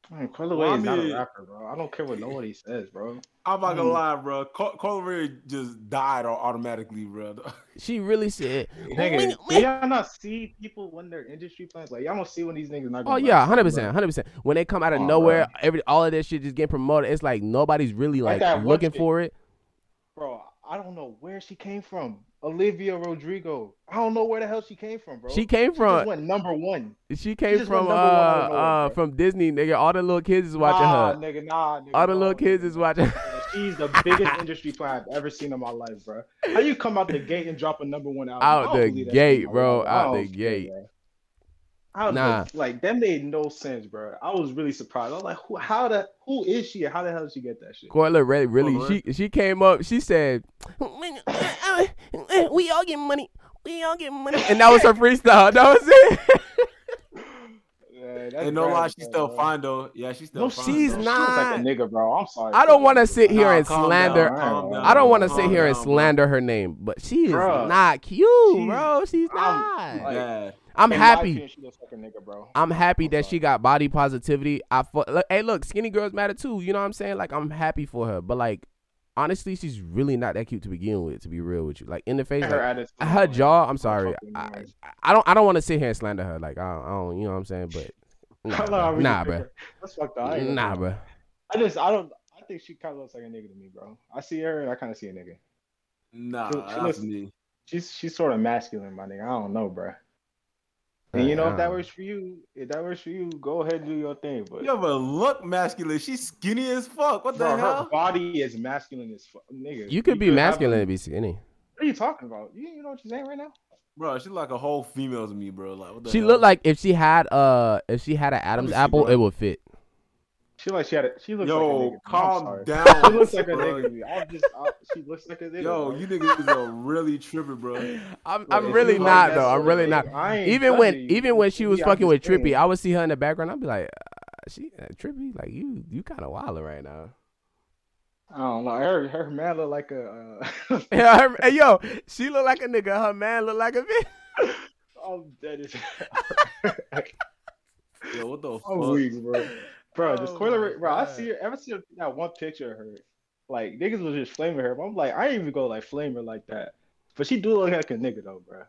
[SPEAKER 1] Man, Coil
[SPEAKER 2] Well, I
[SPEAKER 1] is not
[SPEAKER 2] mean-
[SPEAKER 1] a rapper, bro. I don't care what nobody says, bro.
[SPEAKER 2] I'm not gonna
[SPEAKER 1] Mm.
[SPEAKER 2] lie, bro. Coleridge just died au- automatically, bro. <laughs>
[SPEAKER 3] She really said,
[SPEAKER 1] Nigga, do y'all not see people when their industry plans? Like y'all don't see when these niggas not.
[SPEAKER 3] "Oh
[SPEAKER 1] Gonna
[SPEAKER 3] yeah,
[SPEAKER 1] rap,
[SPEAKER 3] hundred
[SPEAKER 1] bro.
[SPEAKER 3] percent, hundred percent." When they come out of
[SPEAKER 1] Come on,
[SPEAKER 3] nowhere, every all of that shit just getting promoted. It's like nobody's really
[SPEAKER 1] Like
[SPEAKER 3] like
[SPEAKER 1] that one
[SPEAKER 3] looking
[SPEAKER 1] chick.
[SPEAKER 3] for it.
[SPEAKER 1] Bro, I don't know where she came from. Olivia Rodrigo. I don't know where the hell she came from, bro.
[SPEAKER 3] She came
[SPEAKER 1] She just
[SPEAKER 3] from
[SPEAKER 1] went number one.
[SPEAKER 3] she came
[SPEAKER 1] just
[SPEAKER 3] from
[SPEAKER 1] went
[SPEAKER 3] uh
[SPEAKER 1] number one out of nowhere,
[SPEAKER 3] uh
[SPEAKER 1] bro.
[SPEAKER 3] from Disney, nigga. All the little kids is watching
[SPEAKER 1] nah,
[SPEAKER 3] her.
[SPEAKER 1] nigga, nah, nigga.
[SPEAKER 3] All the
[SPEAKER 1] nah,
[SPEAKER 3] little kids
[SPEAKER 1] nigga.
[SPEAKER 3] is watching.
[SPEAKER 1] She's the biggest industry plan I've ever seen in my life, bro. How you come out the gate and drop a number one album?
[SPEAKER 3] Out
[SPEAKER 1] I don't
[SPEAKER 3] the
[SPEAKER 1] believe that
[SPEAKER 3] gate,
[SPEAKER 1] shit,
[SPEAKER 3] bro.
[SPEAKER 1] I
[SPEAKER 3] Out
[SPEAKER 1] don't
[SPEAKER 3] the
[SPEAKER 1] care,
[SPEAKER 3] gate.
[SPEAKER 1] bro. I was
[SPEAKER 3] Nah.
[SPEAKER 1] like, like that made no sense, bro. I was really surprised. I was like, who? How the? Who is she? and How the hell did she get that shit?
[SPEAKER 3] Coyle Ray really
[SPEAKER 2] Coyle Ray.
[SPEAKER 3] she she came up, she said we all get money. We all get money. And that was her freestyle. That was
[SPEAKER 1] <laughs>
[SPEAKER 3] it.
[SPEAKER 1] Yeah, that's
[SPEAKER 2] and no lie,
[SPEAKER 1] trash,
[SPEAKER 2] she's
[SPEAKER 1] bro,
[SPEAKER 2] still
[SPEAKER 1] bro.
[SPEAKER 2] fine though. Yeah, she's still
[SPEAKER 3] No,
[SPEAKER 2] fine.
[SPEAKER 3] she's
[SPEAKER 2] though.
[SPEAKER 1] Bro,
[SPEAKER 3] not.
[SPEAKER 1] She looks like a nigga, bro. I'm sorry.
[SPEAKER 3] I don't want to sit
[SPEAKER 2] Nah,
[SPEAKER 3] here and
[SPEAKER 2] calm
[SPEAKER 3] slander.
[SPEAKER 2] down, calm down,
[SPEAKER 3] I don't want to
[SPEAKER 2] bro.
[SPEAKER 3] sit here and
[SPEAKER 2] Calm down, bro.
[SPEAKER 3] slander her name, but she is
[SPEAKER 1] Oh, Bruh.
[SPEAKER 3] not cute,
[SPEAKER 1] She's-
[SPEAKER 3] bro. She's
[SPEAKER 1] I'm-
[SPEAKER 3] not.
[SPEAKER 1] like-
[SPEAKER 2] Yeah.
[SPEAKER 3] I'm
[SPEAKER 1] In my
[SPEAKER 3] happy.
[SPEAKER 1] opinion, she looks like a nigga, bro.
[SPEAKER 3] I'm happy that
[SPEAKER 1] sorry.
[SPEAKER 3] she got body positivity. I fu- look, hey, look, skinny girls matter too. You know what I'm saying? Like, I'm happy for her, but like, honestly, she's really not that cute to begin with. To be real with you, like in the face,
[SPEAKER 1] her
[SPEAKER 3] like,
[SPEAKER 1] attitude.
[SPEAKER 3] her
[SPEAKER 1] like,
[SPEAKER 3] jaw. I'm sorry.
[SPEAKER 1] fucking
[SPEAKER 3] I,
[SPEAKER 1] noise.
[SPEAKER 3] I don't. I don't want to sit here and slander her. Like I don't. I don't you know what I'm saying? But
[SPEAKER 1] <laughs> I
[SPEAKER 3] nah,
[SPEAKER 1] don't know how
[SPEAKER 3] bro.
[SPEAKER 1] we
[SPEAKER 3] Nah,
[SPEAKER 1] can
[SPEAKER 3] bro.
[SPEAKER 1] figure- That's fucked up. I, ain't
[SPEAKER 3] Nah,
[SPEAKER 1] gonna-
[SPEAKER 3] bro.
[SPEAKER 1] I just, I don't. I think she kind of looks like a nigga to me, bro. I see her and I kind of see a nigga. She-
[SPEAKER 2] Nah,
[SPEAKER 1] she
[SPEAKER 2] that's
[SPEAKER 1] looks-
[SPEAKER 2] me.
[SPEAKER 1] She's she's sort of masculine, my nigga. I don't know, bro. And you know, if that works for you, if that works for you, go ahead and do your thing. But
[SPEAKER 2] You ever look masculine? She's skinny as fuck. What the
[SPEAKER 1] bro, her
[SPEAKER 2] hell?
[SPEAKER 1] body is masculine as fuck, nigga.
[SPEAKER 3] You could be
[SPEAKER 1] have a-
[SPEAKER 3] masculine and be skinny.
[SPEAKER 1] What are you talking about? You, you know what you're saying right now?
[SPEAKER 2] Bro, she's like a whole female to me, bro. Like what the
[SPEAKER 3] She
[SPEAKER 2] hell?
[SPEAKER 3] looked like if she had uh if she had an Adam's
[SPEAKER 2] see,
[SPEAKER 3] apple,
[SPEAKER 2] bro.
[SPEAKER 3] it would fit.
[SPEAKER 1] She like she had. A, she looks
[SPEAKER 2] Yo,
[SPEAKER 1] like a nigga. I'm
[SPEAKER 2] calm
[SPEAKER 1] sorry.
[SPEAKER 3] <laughs>
[SPEAKER 2] down.
[SPEAKER 1] She looks like a
[SPEAKER 2] bro.
[SPEAKER 1] nigga. to me. I'm just. I, she looks like a nigga.
[SPEAKER 2] Yo,
[SPEAKER 1] bro.
[SPEAKER 2] you niggas <laughs> are really tripping, bro.
[SPEAKER 3] I'm
[SPEAKER 1] Like,
[SPEAKER 3] I'm
[SPEAKER 1] if
[SPEAKER 3] really
[SPEAKER 1] you like
[SPEAKER 3] not
[SPEAKER 1] that
[SPEAKER 3] though.
[SPEAKER 1] sort
[SPEAKER 3] I'm
[SPEAKER 1] of
[SPEAKER 3] really
[SPEAKER 1] nigga,
[SPEAKER 3] not.
[SPEAKER 1] I ain't
[SPEAKER 3] Even when
[SPEAKER 1] judging you.
[SPEAKER 3] even when she was
[SPEAKER 1] Yeah, I'm
[SPEAKER 3] fucking
[SPEAKER 1] just
[SPEAKER 3] with
[SPEAKER 1] saying.
[SPEAKER 3] Trippy, I would see her in the background. I'd be like, she uh, trippy. Like you, you kind of wilding right now. <laughs>
[SPEAKER 1] I don't know. Her her man look like a. Uh, <laughs>
[SPEAKER 3] Yeah, her, hey, yo, she look like a nigga. Her man look like a bitch.
[SPEAKER 1] I'm dead as <laughs>
[SPEAKER 2] Yo, what the fuck?
[SPEAKER 1] I'm weak, bro. Bro, this
[SPEAKER 3] Oh
[SPEAKER 1] Coyle
[SPEAKER 3] my
[SPEAKER 1] Ray- bro, I
[SPEAKER 3] God.
[SPEAKER 1] see her, ever see that one picture of her, like niggas was just flaming her. But I'm like, I ain't even go like flame her like that. But she do look like a nigga though, bro.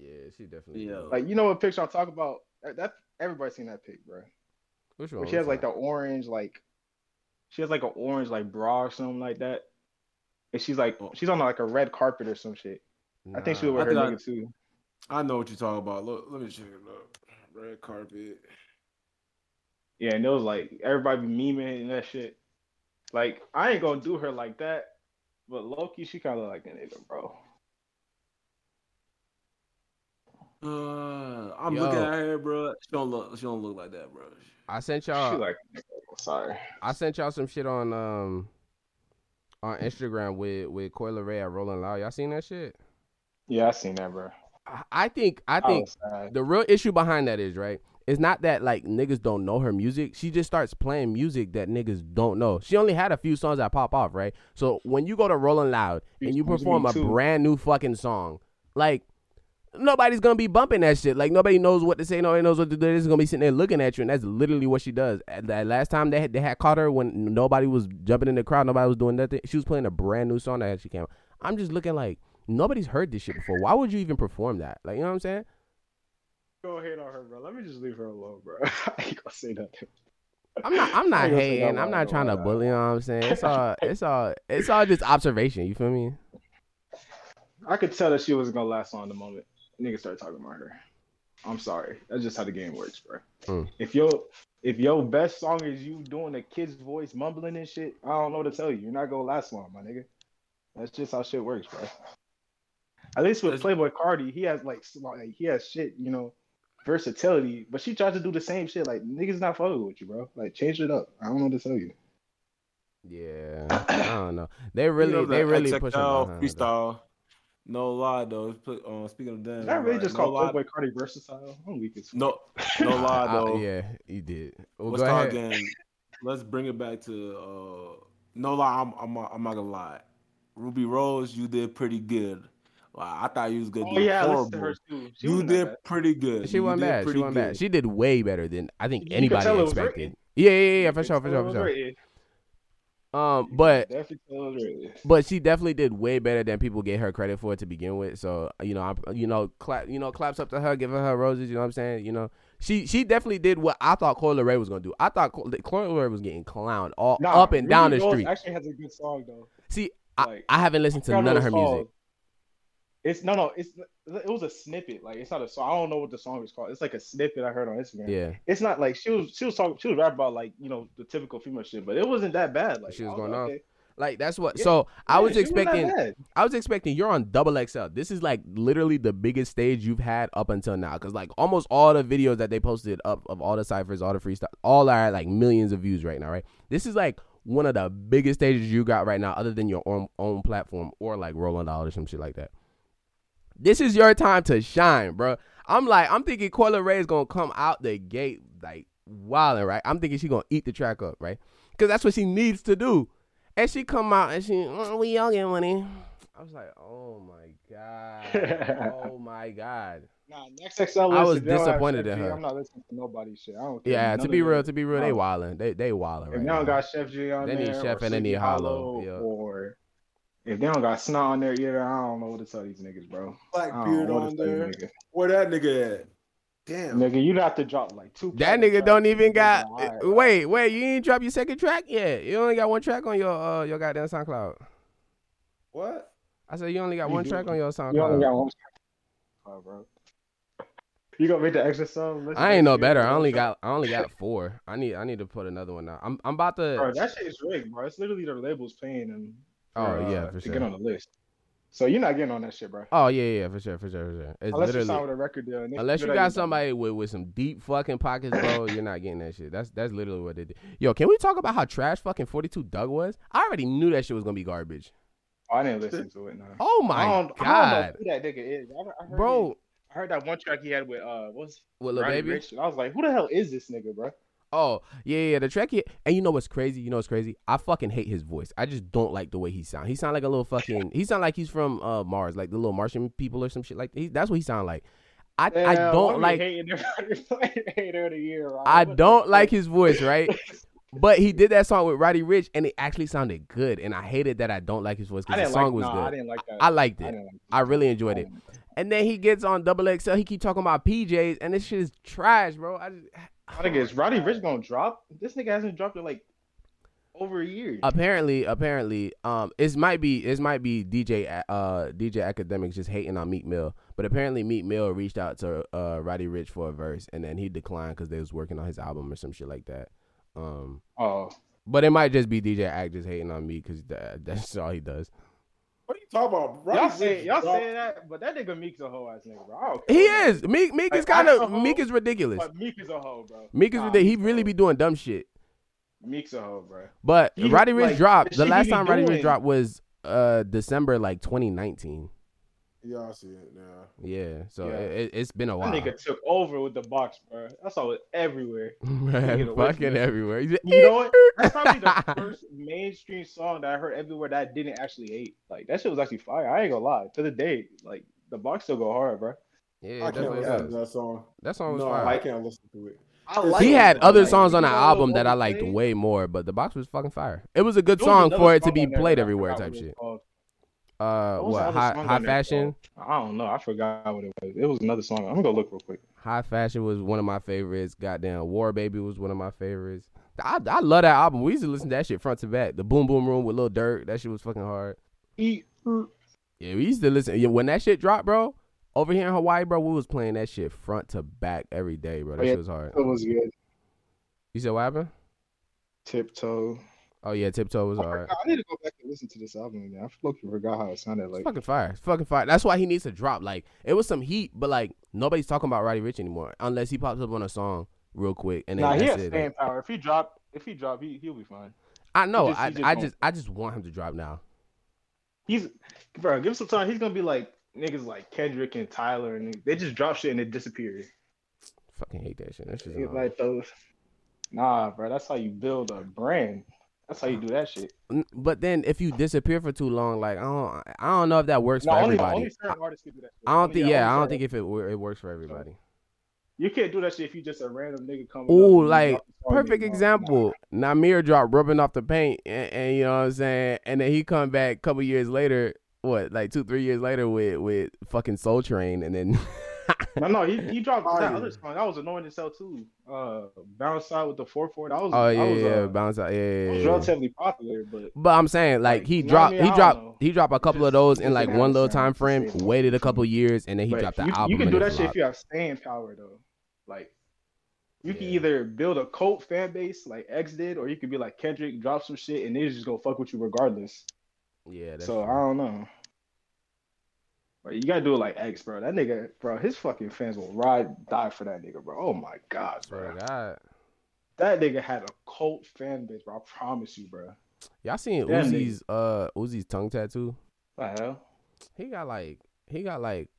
[SPEAKER 3] Yeah, she definitely.
[SPEAKER 2] Yeah.
[SPEAKER 3] do.
[SPEAKER 1] Like you know what picture I'm talking about? That, that everybody seen that pic, bro.
[SPEAKER 3] Which
[SPEAKER 1] Where
[SPEAKER 3] one?
[SPEAKER 1] she has like
[SPEAKER 3] Which
[SPEAKER 1] the orange, like she has like an orange like bra or something like that. And she's like
[SPEAKER 2] Oh.
[SPEAKER 1] she's on like a red carpet or some shit.
[SPEAKER 3] one?
[SPEAKER 1] I think she
[SPEAKER 3] Nah.
[SPEAKER 1] was with her
[SPEAKER 2] I think I-
[SPEAKER 1] nigga too.
[SPEAKER 2] I know what you're talking about. Look, let me check it up. Red carpet.
[SPEAKER 1] Yeah, and it was like everybody be memeing and that shit. Like I ain't gonna do her like that, but Loki, she kind of like a nigga, bro.
[SPEAKER 2] Uh, I'm
[SPEAKER 3] Yo.
[SPEAKER 2] looking at her, bro. She don't look. She don't look like that, bro.
[SPEAKER 3] I sent
[SPEAKER 1] she
[SPEAKER 3] y'all.
[SPEAKER 1] like, sorry.
[SPEAKER 3] I sent y'all some shit on um on Instagram with with Coyle Ray at Rolling Loud. Y'all seen that shit?
[SPEAKER 1] Yeah, I seen that, bro.
[SPEAKER 3] I, I think I
[SPEAKER 1] I
[SPEAKER 3] think
[SPEAKER 1] was sad.
[SPEAKER 3] the real issue behind that is right. It's not that like niggas don't know her music. She just starts playing music that niggas don't know. She only had a few songs that pop off, right? So when you go to Rolling Loud and you
[SPEAKER 1] Excuse
[SPEAKER 3] perform
[SPEAKER 1] me,
[SPEAKER 3] a
[SPEAKER 1] too.
[SPEAKER 3] brand new fucking song, like nobody's gonna be bumping that shit. Like nobody knows what to say. Nobody knows what to do. They're just gonna be sitting there looking at you, and that's literally what she does. At That last time they had, they had caught her when nobody was jumping in the crowd, nobody was doing nothing. She was playing a brand new song that she came. out. I'm just looking like nobody's heard this shit before. Why would you even perform that? Like you know what I'm saying?
[SPEAKER 1] Go hate on her, bro. Let me just leave her alone, bro. <laughs> I ain't gonna say nothing.
[SPEAKER 3] I'm not. I'm not
[SPEAKER 1] I don't think
[SPEAKER 3] hating.
[SPEAKER 1] I'm
[SPEAKER 3] I'm not
[SPEAKER 1] wrong
[SPEAKER 3] trying to
[SPEAKER 1] about that.
[SPEAKER 3] bully. You know what I'm saying?
[SPEAKER 1] <laughs>
[SPEAKER 3] It's all. It's all. It's all just observation. You feel me?
[SPEAKER 1] I could tell that she wasn't gonna last long the moment niggas started talking about her. I'm sorry. That's just how the game works, bro.
[SPEAKER 3] Mm.
[SPEAKER 1] If your if your best song is you doing a kid's voice mumbling and shit, I don't know what to tell you. You're not gonna last long, my nigga. That's just how shit works, bro. At least with
[SPEAKER 2] That's-
[SPEAKER 1] Playboy Cardi, he has like, s- like he has shit, you know, versatility. But she tried to do the same shit. Like niggas not fucking with you, bro. Like change it up. I don't know what to tell you.
[SPEAKER 3] Yeah. I don't know. They really.
[SPEAKER 2] You know
[SPEAKER 3] they
[SPEAKER 2] that
[SPEAKER 3] really
[SPEAKER 2] XXL
[SPEAKER 3] pushing. behind her.
[SPEAKER 2] freestyle. No lie though. It's put- uh, speaking of them,
[SPEAKER 1] Did I really
[SPEAKER 2] like,
[SPEAKER 1] just
[SPEAKER 2] no
[SPEAKER 1] call
[SPEAKER 2] lie,
[SPEAKER 1] Playboy Cardi versatile? I'm weak as fuck.
[SPEAKER 2] no,
[SPEAKER 1] <laughs>
[SPEAKER 2] no lie
[SPEAKER 3] <laughs> I- I-
[SPEAKER 2] though.
[SPEAKER 3] Oh, yeah, you did. Well,
[SPEAKER 2] Let's
[SPEAKER 3] go
[SPEAKER 2] talk
[SPEAKER 3] ahead.
[SPEAKER 2] again. Let's bring it back to uh, no lie. I'm, I'm not- I'm not gonna lie. Ruby Rose, you did pretty good. Like, I thought you was gonna
[SPEAKER 1] Oh
[SPEAKER 2] do
[SPEAKER 1] yeah, I listened to
[SPEAKER 2] horrible.
[SPEAKER 1] her too. She
[SPEAKER 2] You
[SPEAKER 1] wasn't that
[SPEAKER 2] did
[SPEAKER 1] bad.
[SPEAKER 2] pretty good.
[SPEAKER 3] She
[SPEAKER 2] You
[SPEAKER 3] wasn't
[SPEAKER 2] did
[SPEAKER 3] bad. She
[SPEAKER 2] pretty
[SPEAKER 3] wasn't bad.
[SPEAKER 2] good.
[SPEAKER 3] She did way better than I think
[SPEAKER 1] You could
[SPEAKER 3] anybody
[SPEAKER 1] tell it was
[SPEAKER 3] expected.
[SPEAKER 1] written.
[SPEAKER 3] Yeah, yeah, yeah, yeah. For
[SPEAKER 1] You
[SPEAKER 3] sure,
[SPEAKER 1] could
[SPEAKER 3] for
[SPEAKER 1] tell
[SPEAKER 3] sure,
[SPEAKER 1] it
[SPEAKER 3] for
[SPEAKER 1] was
[SPEAKER 3] sure.
[SPEAKER 1] written.
[SPEAKER 3] Um, but
[SPEAKER 1] Definitely tell it was written.
[SPEAKER 3] but she definitely did way better than people get her credit for to begin with. So you know, I, you know, clap, you know, claps up to her, giving her roses. You know what I'm saying? You know, she she definitely did what I thought Coyle Ray was gonna do. I thought Coyle Coyle Ray was getting clowned all
[SPEAKER 1] Nah,
[SPEAKER 3] up and
[SPEAKER 1] Ruby
[SPEAKER 3] down the
[SPEAKER 1] Rose
[SPEAKER 3] street.
[SPEAKER 1] Actually, has a good song though.
[SPEAKER 3] See,
[SPEAKER 1] like,
[SPEAKER 3] I, I haven't listened to
[SPEAKER 1] forgot
[SPEAKER 3] none
[SPEAKER 1] what
[SPEAKER 3] of her
[SPEAKER 1] it's called.
[SPEAKER 3] music.
[SPEAKER 1] It's no, no. It's it was a snippet. Like it's not a song. I don't know what the song is called. It's like a snippet I heard on Instagram.
[SPEAKER 3] Yeah,
[SPEAKER 1] It's not like she was she was talking she was rapping about like you know the typical female shit, but it wasn't that bad. Like
[SPEAKER 3] She was
[SPEAKER 1] I
[SPEAKER 3] going
[SPEAKER 1] like,
[SPEAKER 3] off.
[SPEAKER 1] okay.
[SPEAKER 3] like that's what.
[SPEAKER 1] Yeah,
[SPEAKER 3] so I
[SPEAKER 1] Yeah,
[SPEAKER 3] was
[SPEAKER 1] she wasn't that
[SPEAKER 3] expecting.
[SPEAKER 1] bad.
[SPEAKER 3] I was expecting you're on double XL. This is like literally the biggest stage you've had up until now. Cause like almost all the videos that they posted up of all the ciphers, all the freestyle, all are at like millions of views right now, right? This is like one of the biggest stages you got right now, other than your own own platform or like Rolling Loud or some shit like that. This is your time to shine, bro. I'm like, I'm thinking Coyle Ray is gonna come out the gate like wilding, right? I'm thinking she gonna eat the track up, right? Cause that's what she needs to do. And she come out and she, "Mm, we all get money. I was like, oh my god, oh my god.
[SPEAKER 1] Nah, next XL.
[SPEAKER 3] I
[SPEAKER 1] listen,
[SPEAKER 3] was
[SPEAKER 1] if they don't have
[SPEAKER 3] disappointed
[SPEAKER 1] Chef
[SPEAKER 3] in
[SPEAKER 1] G,
[SPEAKER 3] her.
[SPEAKER 1] I'm not listening to nobody's shit. I don't. Care.
[SPEAKER 3] Yeah,
[SPEAKER 1] None
[SPEAKER 3] to
[SPEAKER 1] of
[SPEAKER 3] be
[SPEAKER 1] them.
[SPEAKER 3] real, to be real, they
[SPEAKER 1] Huh.
[SPEAKER 3] wilding, they they wilding
[SPEAKER 1] If
[SPEAKER 3] right
[SPEAKER 1] they don't
[SPEAKER 3] now.
[SPEAKER 1] got Chef G on
[SPEAKER 3] They need
[SPEAKER 1] there,
[SPEAKER 3] Chef
[SPEAKER 1] or
[SPEAKER 3] and they
[SPEAKER 1] Sleepy
[SPEAKER 3] need Hollow,
[SPEAKER 1] Hollow,
[SPEAKER 3] yeah.
[SPEAKER 1] or if they don't got Snot on there either, I don't know what to tell these niggas, bro. I don't
[SPEAKER 2] Blackbeard
[SPEAKER 1] know Oh, what
[SPEAKER 2] on
[SPEAKER 1] to tell you,
[SPEAKER 2] there.
[SPEAKER 1] nigga.
[SPEAKER 2] Where that nigga at? Damn.
[SPEAKER 1] Nigga, you'd have to drop like two.
[SPEAKER 3] That
[SPEAKER 1] platinum
[SPEAKER 3] nigga don't
[SPEAKER 1] tracks.
[SPEAKER 3] even got.
[SPEAKER 1] Nah, alright.
[SPEAKER 3] Wait, wait, you ain't drop your second track yet. You only got one track on your uh your goddamn SoundCloud.
[SPEAKER 2] What?
[SPEAKER 3] I said you only got
[SPEAKER 1] You
[SPEAKER 3] one
[SPEAKER 1] do.
[SPEAKER 3] track on your SoundCloud.
[SPEAKER 1] You only got one. Oh, bro. You gonna make the extra song? Listen
[SPEAKER 3] I ain't
[SPEAKER 1] to
[SPEAKER 3] no
[SPEAKER 1] it,
[SPEAKER 3] better.
[SPEAKER 1] bro.
[SPEAKER 3] I only got I only got four. I need I need to put another one out. I'm I'm about
[SPEAKER 1] Bro,
[SPEAKER 3] to.
[SPEAKER 1] that shit is rigged, bro. It's literally their labels paying them. for,
[SPEAKER 3] Oh yeah,
[SPEAKER 1] uh,
[SPEAKER 3] for
[SPEAKER 1] to get on
[SPEAKER 3] sure.
[SPEAKER 1] the list. So you're not getting on that shit, bro.
[SPEAKER 3] Oh yeah, yeah, for sure, for sure, for sure. It's
[SPEAKER 1] unless you sign
[SPEAKER 3] literally
[SPEAKER 1] with a record deal. and if
[SPEAKER 3] unless
[SPEAKER 1] do
[SPEAKER 3] you
[SPEAKER 1] that,
[SPEAKER 3] got
[SPEAKER 1] not.
[SPEAKER 3] somebody with with some deep fucking pockets, bro. you're not getting that shit. That's that's literally what they did. Yo, can we talk about how trash fucking 42 Doug was? I already knew that shit was gonna be garbage.
[SPEAKER 1] Oh, I didn't listen to it. No.
[SPEAKER 3] Oh my
[SPEAKER 1] I don't, I
[SPEAKER 3] god,
[SPEAKER 1] don't know who that nigga is. I, I heard
[SPEAKER 3] bro.
[SPEAKER 1] it- I heard that one track he had with uh, what's
[SPEAKER 3] With Lil
[SPEAKER 1] Roddy
[SPEAKER 3] baby.
[SPEAKER 1] Rich. and I was like, who the hell is this nigga, bro?
[SPEAKER 3] Oh yeah, yeah, the track. He, and you know what's crazy? You know what's crazy? I fucking hate his voice. I just don't like the way he sound. He sound like a little fucking. He sound like he's from uh Mars, like the little Martian people or some shit. Like he, that's what he sound like. I I
[SPEAKER 1] Yeah, why
[SPEAKER 3] don't
[SPEAKER 1] we
[SPEAKER 3] like
[SPEAKER 1] hating everybody? <laughs> hater of the year. Rob?
[SPEAKER 3] I
[SPEAKER 1] What the
[SPEAKER 3] don't like
[SPEAKER 1] fuck?
[SPEAKER 3] his voice, right?
[SPEAKER 1] <laughs>
[SPEAKER 3] But he did that song with Roddy Rich, and it actually sounded good. And I hated that I don't like his voice
[SPEAKER 1] I
[SPEAKER 3] because the
[SPEAKER 1] didn't
[SPEAKER 3] song
[SPEAKER 1] like.
[SPEAKER 3] was
[SPEAKER 1] nah, I
[SPEAKER 3] good.
[SPEAKER 1] didn't like that.
[SPEAKER 3] I, liked
[SPEAKER 1] I
[SPEAKER 3] it.
[SPEAKER 1] didn't like
[SPEAKER 3] I really enjoyed it. And then he gets on Double XL. He keep talking about PJs, and this shit is trash, bro. I just,
[SPEAKER 1] I think it's Roddy Rich gonna drop. This nigga hasn't dropped in like over a year.
[SPEAKER 3] Uh, apparently, apparently, um, it might be it might be DJ a- uh DJ Academics just hating on Meat Mill, but apparently Meat Mill reached out to uh Roddy Rich for a verse, and then he declined because they was working on his album or some shit like that. Um,
[SPEAKER 1] oh,
[SPEAKER 3] but it might just be DJ Act just hating on me because that, that's all he does.
[SPEAKER 2] What are you talking about?
[SPEAKER 1] y'all
[SPEAKER 2] Roddy
[SPEAKER 1] say
[SPEAKER 2] Rich
[SPEAKER 1] y'all
[SPEAKER 2] dropped-
[SPEAKER 1] saying that, but that nigga Meek's a whole ass nigga, bro. I don't care.
[SPEAKER 3] He is Meek. Meek is
[SPEAKER 1] Like, I
[SPEAKER 3] kind of
[SPEAKER 1] know.
[SPEAKER 3] Meek is ridiculous.
[SPEAKER 1] But Meek is a hoe, bro.
[SPEAKER 3] Meek is
[SPEAKER 1] Nah,
[SPEAKER 3] ridiculous. He really be doing dumb shit.
[SPEAKER 1] Meek's a hoe, bro.
[SPEAKER 3] But
[SPEAKER 1] He-
[SPEAKER 3] Roddy Rich
[SPEAKER 1] like,
[SPEAKER 3] dropped.
[SPEAKER 1] the
[SPEAKER 3] The
[SPEAKER 1] shit he
[SPEAKER 3] last
[SPEAKER 1] be
[SPEAKER 3] time Roddy Rich
[SPEAKER 1] doing-
[SPEAKER 3] dropped was uh December like 2019.
[SPEAKER 2] Yeah, I see it. Yeah.
[SPEAKER 3] Yeah, so
[SPEAKER 1] Yeah.
[SPEAKER 3] It, it's been a
[SPEAKER 1] That
[SPEAKER 3] while.
[SPEAKER 1] nigga took over with the box, bro. I saw it everywhere.
[SPEAKER 3] <laughs> Man,
[SPEAKER 1] nigga the worst
[SPEAKER 3] fucking
[SPEAKER 1] nigga.
[SPEAKER 3] everywhere. He's
[SPEAKER 1] You know what?
[SPEAKER 3] <laughs>
[SPEAKER 1] That's probably the first mainstream song that I heard everywhere that I didn't actually hate. Like that shit was actually fire. I ain't gonna lie. To the day, like the box still go hard, bro.
[SPEAKER 3] yeah,
[SPEAKER 2] I
[SPEAKER 3] that's
[SPEAKER 2] can't
[SPEAKER 3] what it
[SPEAKER 2] listen
[SPEAKER 3] was.
[SPEAKER 2] to that song.
[SPEAKER 3] That song was
[SPEAKER 2] No,
[SPEAKER 3] fire.
[SPEAKER 2] I can't listen to it.
[SPEAKER 1] I
[SPEAKER 2] He
[SPEAKER 3] he
[SPEAKER 1] it,
[SPEAKER 3] had
[SPEAKER 1] but,
[SPEAKER 3] other
[SPEAKER 1] like,
[SPEAKER 3] songs on
[SPEAKER 1] you
[SPEAKER 3] the
[SPEAKER 1] know
[SPEAKER 3] album that I
[SPEAKER 1] what
[SPEAKER 3] liked
[SPEAKER 1] I'm
[SPEAKER 3] way more, but the box was fucking fire. It was a good
[SPEAKER 1] saying? There was
[SPEAKER 3] song
[SPEAKER 1] another
[SPEAKER 3] for it to
[SPEAKER 1] song
[SPEAKER 3] be
[SPEAKER 1] on there,
[SPEAKER 3] played
[SPEAKER 1] I
[SPEAKER 3] everywhere
[SPEAKER 1] forgot
[SPEAKER 3] type
[SPEAKER 1] what it was
[SPEAKER 3] shit.
[SPEAKER 1] called.
[SPEAKER 3] Uh,
[SPEAKER 1] was the
[SPEAKER 3] what
[SPEAKER 1] other
[SPEAKER 3] high
[SPEAKER 1] song on
[SPEAKER 3] high
[SPEAKER 1] there,
[SPEAKER 3] fashion?
[SPEAKER 1] bro? I don't know. I forgot what it was. It was another song. I'm gonna go look real quick.
[SPEAKER 3] High Fashion was one of my favorites. Goddamn, War Baby was one of my favorites. I, I love that album. We used to listen to that shit front to back. The Boom Boom Room with Lil Durk. That shit was fucking hard.
[SPEAKER 1] He,
[SPEAKER 3] Yeah, we used to listen. Yeah, when that shit dropped, bro, over here in Hawaii, bro, we was playing that shit front to back every day, bro. That
[SPEAKER 1] Oh, yeah.
[SPEAKER 3] shit was hard.
[SPEAKER 1] it was good.
[SPEAKER 3] You said what happened?
[SPEAKER 1] Tiptoe.
[SPEAKER 3] Oh yeah, Tiptoe was
[SPEAKER 1] I,
[SPEAKER 3] hard.
[SPEAKER 1] forgot- I need to go back and listen to this album again. I fucking forgot how it sounded
[SPEAKER 3] It's
[SPEAKER 1] like.
[SPEAKER 3] fucking fire. It's fucking fire. That's why he needs to drop. Like it was some heat, but like nobody's talking about Roddy Rich anymore, unless he pops up on a song real quick and then
[SPEAKER 1] Nah, he
[SPEAKER 3] that's
[SPEAKER 1] has
[SPEAKER 3] it.
[SPEAKER 1] staying power. If he drop, if he drop, he he'll be fine.
[SPEAKER 3] I know.
[SPEAKER 1] He just-
[SPEAKER 3] I
[SPEAKER 1] he just
[SPEAKER 3] I
[SPEAKER 1] don't-
[SPEAKER 3] just I just want him to drop now.
[SPEAKER 1] He's bro. Give him some time. He's gonna be like niggas like Kendrick and Tyler, and they just drop shit and it disappears.
[SPEAKER 3] Fucking hate that shit. That's just
[SPEAKER 1] He's like those. Nah, bro. That's how you build a brand. That's how you do that shit.
[SPEAKER 3] but then if you disappear for too long, like I don't I don't know if that works
[SPEAKER 1] No,
[SPEAKER 3] for
[SPEAKER 1] only,
[SPEAKER 3] everybody.
[SPEAKER 1] only certain artists can do that. Shit.
[SPEAKER 3] I don't
[SPEAKER 1] Only-
[SPEAKER 3] think. Yeah, I don't
[SPEAKER 1] only
[SPEAKER 3] think if it wor- it works for everybody.
[SPEAKER 1] Oh, You can't do that shit if you just a random nigga coming.
[SPEAKER 3] Ooh,
[SPEAKER 1] up and
[SPEAKER 3] like,
[SPEAKER 1] you drop the song
[SPEAKER 3] Perfect
[SPEAKER 1] nigga.
[SPEAKER 3] example. Namir dropped rubbing off the paint, and, and you know what I'm saying. And then he come back a couple years later, what like two, three years later with with fucking Soul Train, and
[SPEAKER 1] <laughs>
[SPEAKER 3] then
[SPEAKER 1] No, no, he, he
[SPEAKER 3] <laughs>
[SPEAKER 1] dropped
[SPEAKER 3] Oh,
[SPEAKER 1] that
[SPEAKER 2] Fire.
[SPEAKER 1] other song. That was annoying to sell too. Uh, bounce out with the four four. That was
[SPEAKER 3] oh
[SPEAKER 1] that
[SPEAKER 3] yeah,
[SPEAKER 1] was,
[SPEAKER 3] yeah,
[SPEAKER 1] uh,
[SPEAKER 3] bounce out, yeah,
[SPEAKER 1] that
[SPEAKER 3] yeah,
[SPEAKER 1] was
[SPEAKER 3] yeah.
[SPEAKER 1] relatively popular, but
[SPEAKER 3] But I'm saying like
[SPEAKER 1] Like,
[SPEAKER 3] he
[SPEAKER 1] you know what I
[SPEAKER 3] dropped,
[SPEAKER 1] mean? I
[SPEAKER 3] he
[SPEAKER 1] don't
[SPEAKER 3] dropped,
[SPEAKER 1] know.
[SPEAKER 3] he dropped a couple
[SPEAKER 1] just-
[SPEAKER 3] of those
[SPEAKER 1] it
[SPEAKER 3] in
[SPEAKER 1] just
[SPEAKER 3] like
[SPEAKER 1] didn't
[SPEAKER 3] one
[SPEAKER 1] have
[SPEAKER 3] little
[SPEAKER 1] the same-
[SPEAKER 3] time frame.
[SPEAKER 1] the same
[SPEAKER 3] Waited a
[SPEAKER 1] emotion.
[SPEAKER 3] couple years, and then he
[SPEAKER 1] but
[SPEAKER 3] dropped the
[SPEAKER 1] you,
[SPEAKER 3] album.
[SPEAKER 1] you can
[SPEAKER 3] and
[SPEAKER 1] do
[SPEAKER 3] it
[SPEAKER 1] that shit if
[SPEAKER 3] flopped.
[SPEAKER 1] you have staying power though. Like you can
[SPEAKER 3] Yeah.
[SPEAKER 1] either build a cult fan base like X did, or you could be like Kendrick, drop some shit, and they just gonna fuck with you regardless.
[SPEAKER 3] Yeah, that's
[SPEAKER 1] so
[SPEAKER 3] true.
[SPEAKER 1] I don't know. But you gotta do it like X, bro. That nigga, bro, his fucking fans will ride die for that nigga, bro. Oh my god,
[SPEAKER 3] Swear
[SPEAKER 1] bro.
[SPEAKER 3] to God.
[SPEAKER 1] That nigga had a cult fan base, bro. I promise you, bro.
[SPEAKER 3] Y'all seen
[SPEAKER 1] That nigga.
[SPEAKER 3] Uzi's uh Uzi's tongue tattoo?
[SPEAKER 1] What the hell?
[SPEAKER 3] He got like he got like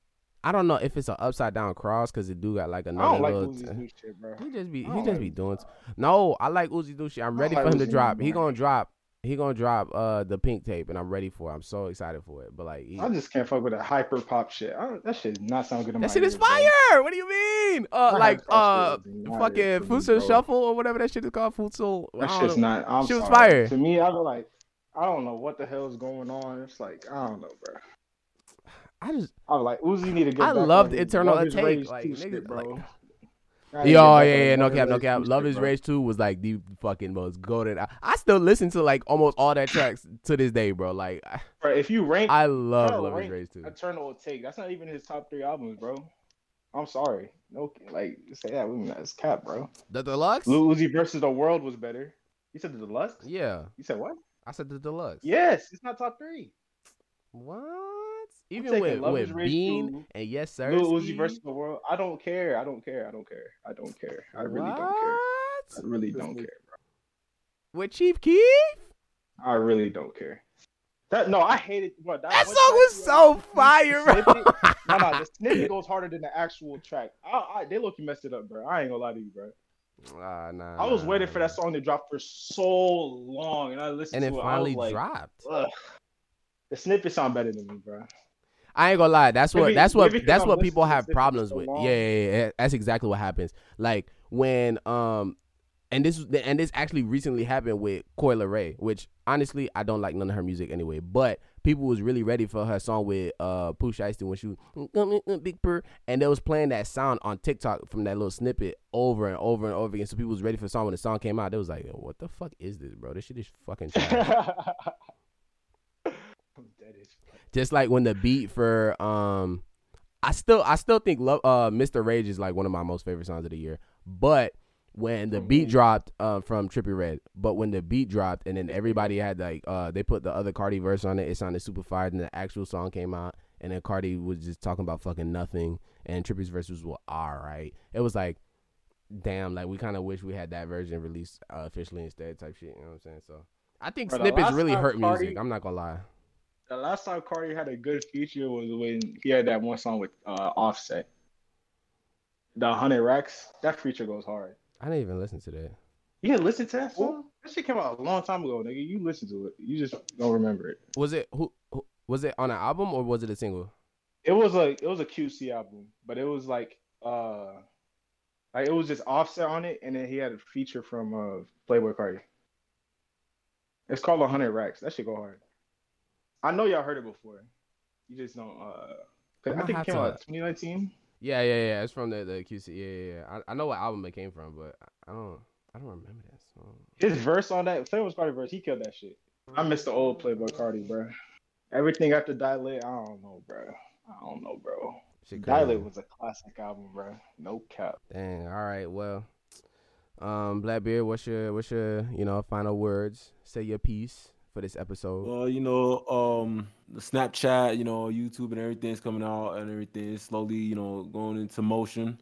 [SPEAKER 3] I don't know if it's an upside down cross because the dude got like
[SPEAKER 1] I
[SPEAKER 3] another
[SPEAKER 1] don't like
[SPEAKER 3] little.
[SPEAKER 1] Uzi's new shit, bro.
[SPEAKER 3] He just be
[SPEAKER 1] I
[SPEAKER 3] he
[SPEAKER 1] don't
[SPEAKER 3] just
[SPEAKER 1] like
[SPEAKER 3] be
[SPEAKER 1] Uzi.
[SPEAKER 3] doing. No, I like Uzi do shit. I'm
[SPEAKER 1] I
[SPEAKER 3] ready
[SPEAKER 1] like
[SPEAKER 3] for him to
[SPEAKER 1] Uzi
[SPEAKER 3] drop. He
[SPEAKER 1] more.
[SPEAKER 3] gonna drop. He gonna drop uh the pink tape, and I'm ready for. it. I'm so excited for it. But like he,
[SPEAKER 1] I just can't fuck with that hyper pop shit. I, don't- that shit does not sound good in my
[SPEAKER 3] that shit is
[SPEAKER 1] ears, bro.
[SPEAKER 3] fire. What do you mean? Uh,
[SPEAKER 1] That
[SPEAKER 3] like
[SPEAKER 1] hyper
[SPEAKER 3] uh
[SPEAKER 1] pop shit is not
[SPEAKER 3] fucking
[SPEAKER 1] good for me,
[SPEAKER 3] Futsal
[SPEAKER 1] bro.
[SPEAKER 3] Shuffle or whatever that shit is called. Futsal. I
[SPEAKER 1] That
[SPEAKER 3] don't
[SPEAKER 1] shit's
[SPEAKER 3] know.
[SPEAKER 1] not. I'm
[SPEAKER 3] She was
[SPEAKER 1] sorry.
[SPEAKER 3] fire.
[SPEAKER 1] To me, I was like, I don't know what the hell's going on. It's like I don't know, bro.
[SPEAKER 3] I just
[SPEAKER 1] I was like, Uzi need to get.
[SPEAKER 3] I
[SPEAKER 1] back on
[SPEAKER 3] loved
[SPEAKER 1] his
[SPEAKER 3] Eternal
[SPEAKER 1] Love is
[SPEAKER 3] Attack,
[SPEAKER 1] Rage
[SPEAKER 3] like,
[SPEAKER 1] 2
[SPEAKER 3] niggas-
[SPEAKER 1] shit, bro.
[SPEAKER 3] like-
[SPEAKER 1] I need to get back
[SPEAKER 3] Yo, yeah,
[SPEAKER 1] on
[SPEAKER 3] yeah,
[SPEAKER 1] his
[SPEAKER 3] no
[SPEAKER 1] Love is
[SPEAKER 3] cap, no
[SPEAKER 1] Rage
[SPEAKER 3] cap.
[SPEAKER 1] 2
[SPEAKER 3] Love
[SPEAKER 1] shit,
[SPEAKER 3] is
[SPEAKER 1] bro.
[SPEAKER 3] Rage 2 was like the fucking most golden. I, I still listen to like almost all that tracks to this day, bro. Like I,
[SPEAKER 1] Bro, if you rank <laughs>
[SPEAKER 3] I love
[SPEAKER 1] Bro,
[SPEAKER 3] Love is
[SPEAKER 1] rank-
[SPEAKER 3] Rage 2.
[SPEAKER 1] Eternal Take, that's not even his top three albums, bro. I'm sorry. No, like say that with me. That's cap, bro.
[SPEAKER 3] The deluxe?
[SPEAKER 1] Lil Uzi versus the World was better. You said the deluxe.
[SPEAKER 3] Yeah.
[SPEAKER 1] You said what?
[SPEAKER 3] I said the deluxe.
[SPEAKER 1] Yes, it's not top three.
[SPEAKER 3] What?
[SPEAKER 1] taking
[SPEAKER 3] Even with,
[SPEAKER 1] Love is
[SPEAKER 3] with
[SPEAKER 1] Rage
[SPEAKER 3] Bean
[SPEAKER 1] 2,
[SPEAKER 3] and Yes Sir.
[SPEAKER 1] Lil Uzi versus the World. I don't care. I don't care. I don't care. I don't care. I really don't care. I really don't care,
[SPEAKER 3] With Chief Keef?
[SPEAKER 1] bro. I really don't care. That no, I hated. Bro, that, one
[SPEAKER 3] That song
[SPEAKER 1] track
[SPEAKER 3] was
[SPEAKER 1] you
[SPEAKER 3] so
[SPEAKER 1] actually-
[SPEAKER 3] fire,
[SPEAKER 1] the
[SPEAKER 3] bro.
[SPEAKER 1] snippet-
[SPEAKER 3] <laughs>
[SPEAKER 1] No, no, the snippet goes harder than the actual track. I, I, they look messed it up, bro. I ain't gonna lie to you, bro.
[SPEAKER 3] Ah, nah,
[SPEAKER 1] I was
[SPEAKER 3] nah,
[SPEAKER 1] waiting for
[SPEAKER 3] nah.
[SPEAKER 1] that song to drop for so long, and I listened
[SPEAKER 3] And it
[SPEAKER 1] to it.
[SPEAKER 3] finally
[SPEAKER 1] I was like,
[SPEAKER 3] dropped.
[SPEAKER 1] Ugh. The snippets sound better than me, bro. <laughs>
[SPEAKER 3] I ain't gonna lie. That's what
[SPEAKER 1] Maybe-
[SPEAKER 3] that's what
[SPEAKER 1] maybe 'cause
[SPEAKER 3] that's
[SPEAKER 1] I'm
[SPEAKER 3] what people
[SPEAKER 1] listening to
[SPEAKER 3] have
[SPEAKER 1] Snippets
[SPEAKER 3] problems
[SPEAKER 1] so
[SPEAKER 3] with.
[SPEAKER 1] long.
[SPEAKER 3] Yeah, yeah, yeah, that's exactly what happens. Like when um, and this and this actually recently happened with Coyle Ray, which honestly I don't like none of her music anyway. But people was really ready for her song with uh Pooh Ice when she was uh, Big Purr, and they was playing that sound on TikTok from that little snippet over and over and over again. So people was ready for the song when the song came out. They was like, Yo, "What the fuck is this, bro? This shit is fucking." trash."
[SPEAKER 1] I'm dead as fuck.
[SPEAKER 3] just like when the beat for um I still I still think love uh Mr. Rage is like one of my most favorite songs of the year. But when the
[SPEAKER 1] Mm-hmm.
[SPEAKER 3] beat dropped uh, from Trippy Red, but when the beat dropped and then everybody had like uh they put the other Cardi verse on it, it sounded super fire and the actual song came out and then Cardi was just talking about fucking nothing and Trippy's verses were alright. It was like damn, like we kinda wish we had that version released uh, officially instead type shit, you know what I'm saying? So I think
[SPEAKER 1] Bro, the
[SPEAKER 3] snippets
[SPEAKER 1] last
[SPEAKER 3] really
[SPEAKER 1] time
[SPEAKER 3] hurt
[SPEAKER 1] Cardi-
[SPEAKER 3] music. I'm not gonna lie.
[SPEAKER 1] The last time Cardi had a good feature was when he had that one song with uh, Offset. The 100 Racks. That feature goes hard.
[SPEAKER 3] I didn't even listen to that.
[SPEAKER 1] You didn't listen to that song? That shit came out a long time ago, nigga. You listened to it. You just don't remember it.
[SPEAKER 3] Was it who, who was it on an album or was it a single?
[SPEAKER 1] It was a it was a QC album, but it was like uh like it was just offset on it, and then he had a feature from uh Playboy Cardi. It's called 100 Racks. That should go hard. I know y'all heard it before. You just don't uh 'cause I
[SPEAKER 3] I'm gonna
[SPEAKER 1] think
[SPEAKER 3] have
[SPEAKER 1] it came
[SPEAKER 3] to-
[SPEAKER 1] out in 2019.
[SPEAKER 3] Yeah, yeah, yeah. It's from the, the QC. Yeah, yeah, yeah. I, I know what album it came from, but I don't I don't remember that song.
[SPEAKER 1] His verse on that Playboy Cardi verse, he killed that shit. I miss the old Playboy Cardi, bro. Everything after Dilate, I don't know, bro. I don't know, bro.
[SPEAKER 3] Shit crazy.
[SPEAKER 1] Dilate was a classic album, bro. No cap.
[SPEAKER 3] Dang. All right. Well, um, Blackbeard, what's your what's your you know final words? Say your piece for this episode.
[SPEAKER 2] Well, you know, um, the Snapchat, you know, YouTube and everything's coming out and everything is slowly, you know, going into motion.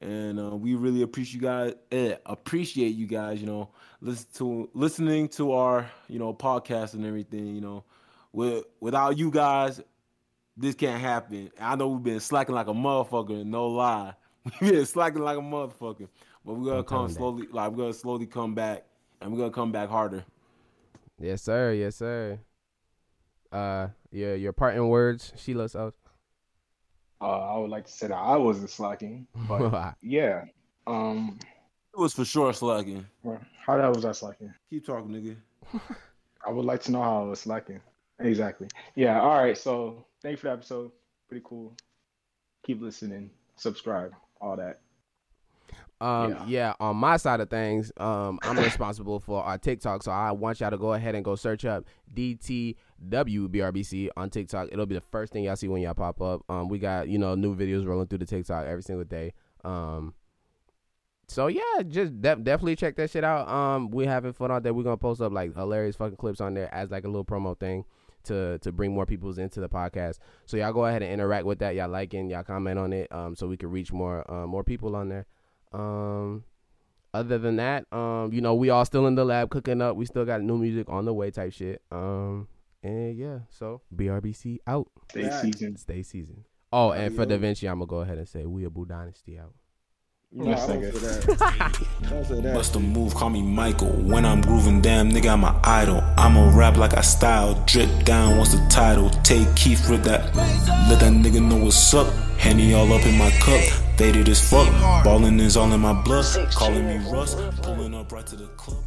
[SPEAKER 2] And uh, we really appreciate you guys. Eh, appreciate you guys, you know, listen to listening to our, you know, podcast and everything. You know, with without you guys, this can't happen. I know we've been slacking like a motherfucker, no lie. <laughs> We've been slacking like a motherfucker, but we're gonna
[SPEAKER 3] I'm
[SPEAKER 2] come
[SPEAKER 3] coming back.
[SPEAKER 2] slowly, like we're gonna slowly come back, and we're gonna come back harder.
[SPEAKER 3] Yes, sir. Yes, sir. Uh, yeah. Your parting words, Sheila. So,
[SPEAKER 1] Uh, I would like to say that I wasn't slacking, but <laughs>
[SPEAKER 3] <laughs>
[SPEAKER 1] yeah. Um,
[SPEAKER 2] It was for sure slacking.
[SPEAKER 1] well, how the hell was I slacking?
[SPEAKER 2] Keep talking, nigga.
[SPEAKER 1] I would like to know how I was slacking. Exactly. Yeah. All right. So thank you for the episode. Pretty cool. Keep listening. Subscribe. All that.
[SPEAKER 3] Um, yeah.
[SPEAKER 1] Yeah.
[SPEAKER 3] on my side of things, um, I'm responsible for our TikTok, so I want y'all to go ahead and go search up DTWBRBC on TikTok. It'll be the first thing y'all see when y'all pop up. Um, we got you know new videos rolling through the TikTok every single day. Um, so yeah, just def- definitely check that shit out. Um, we're having fun out there. We're gonna post up like hilarious fucking clips on there as like a little promo thing to to bring more peoples into the podcast. So y'all go ahead and interact with that. Y'all liking, y'all comment on it, um, so we can reach more uh, more people on there. Um, other than that, um, you know, we all still in the lab cooking up. We still got new music on the way, type shit. Um, and yeah, so BRBC out.
[SPEAKER 1] Stay
[SPEAKER 5] Yeah.
[SPEAKER 1] seasoned.
[SPEAKER 3] Stay season. Oh, and for
[SPEAKER 2] Yo.
[SPEAKER 3] Da Vinci, I'm gonna go ahead and say Weeaboo Dynasty out.
[SPEAKER 1] No, I don't feel that.
[SPEAKER 4] Bust a move, call me Michael. When I'm grooving, damn nigga, I'm an idol. I'ma rap like I style. Drip down, what's the title? Take Keith, rip that. Let that nigga know what's up. Henny all up in my cup. Faded as fuck. Ballin' is all in my blood. Calling me Russ. Pulling up right to the club.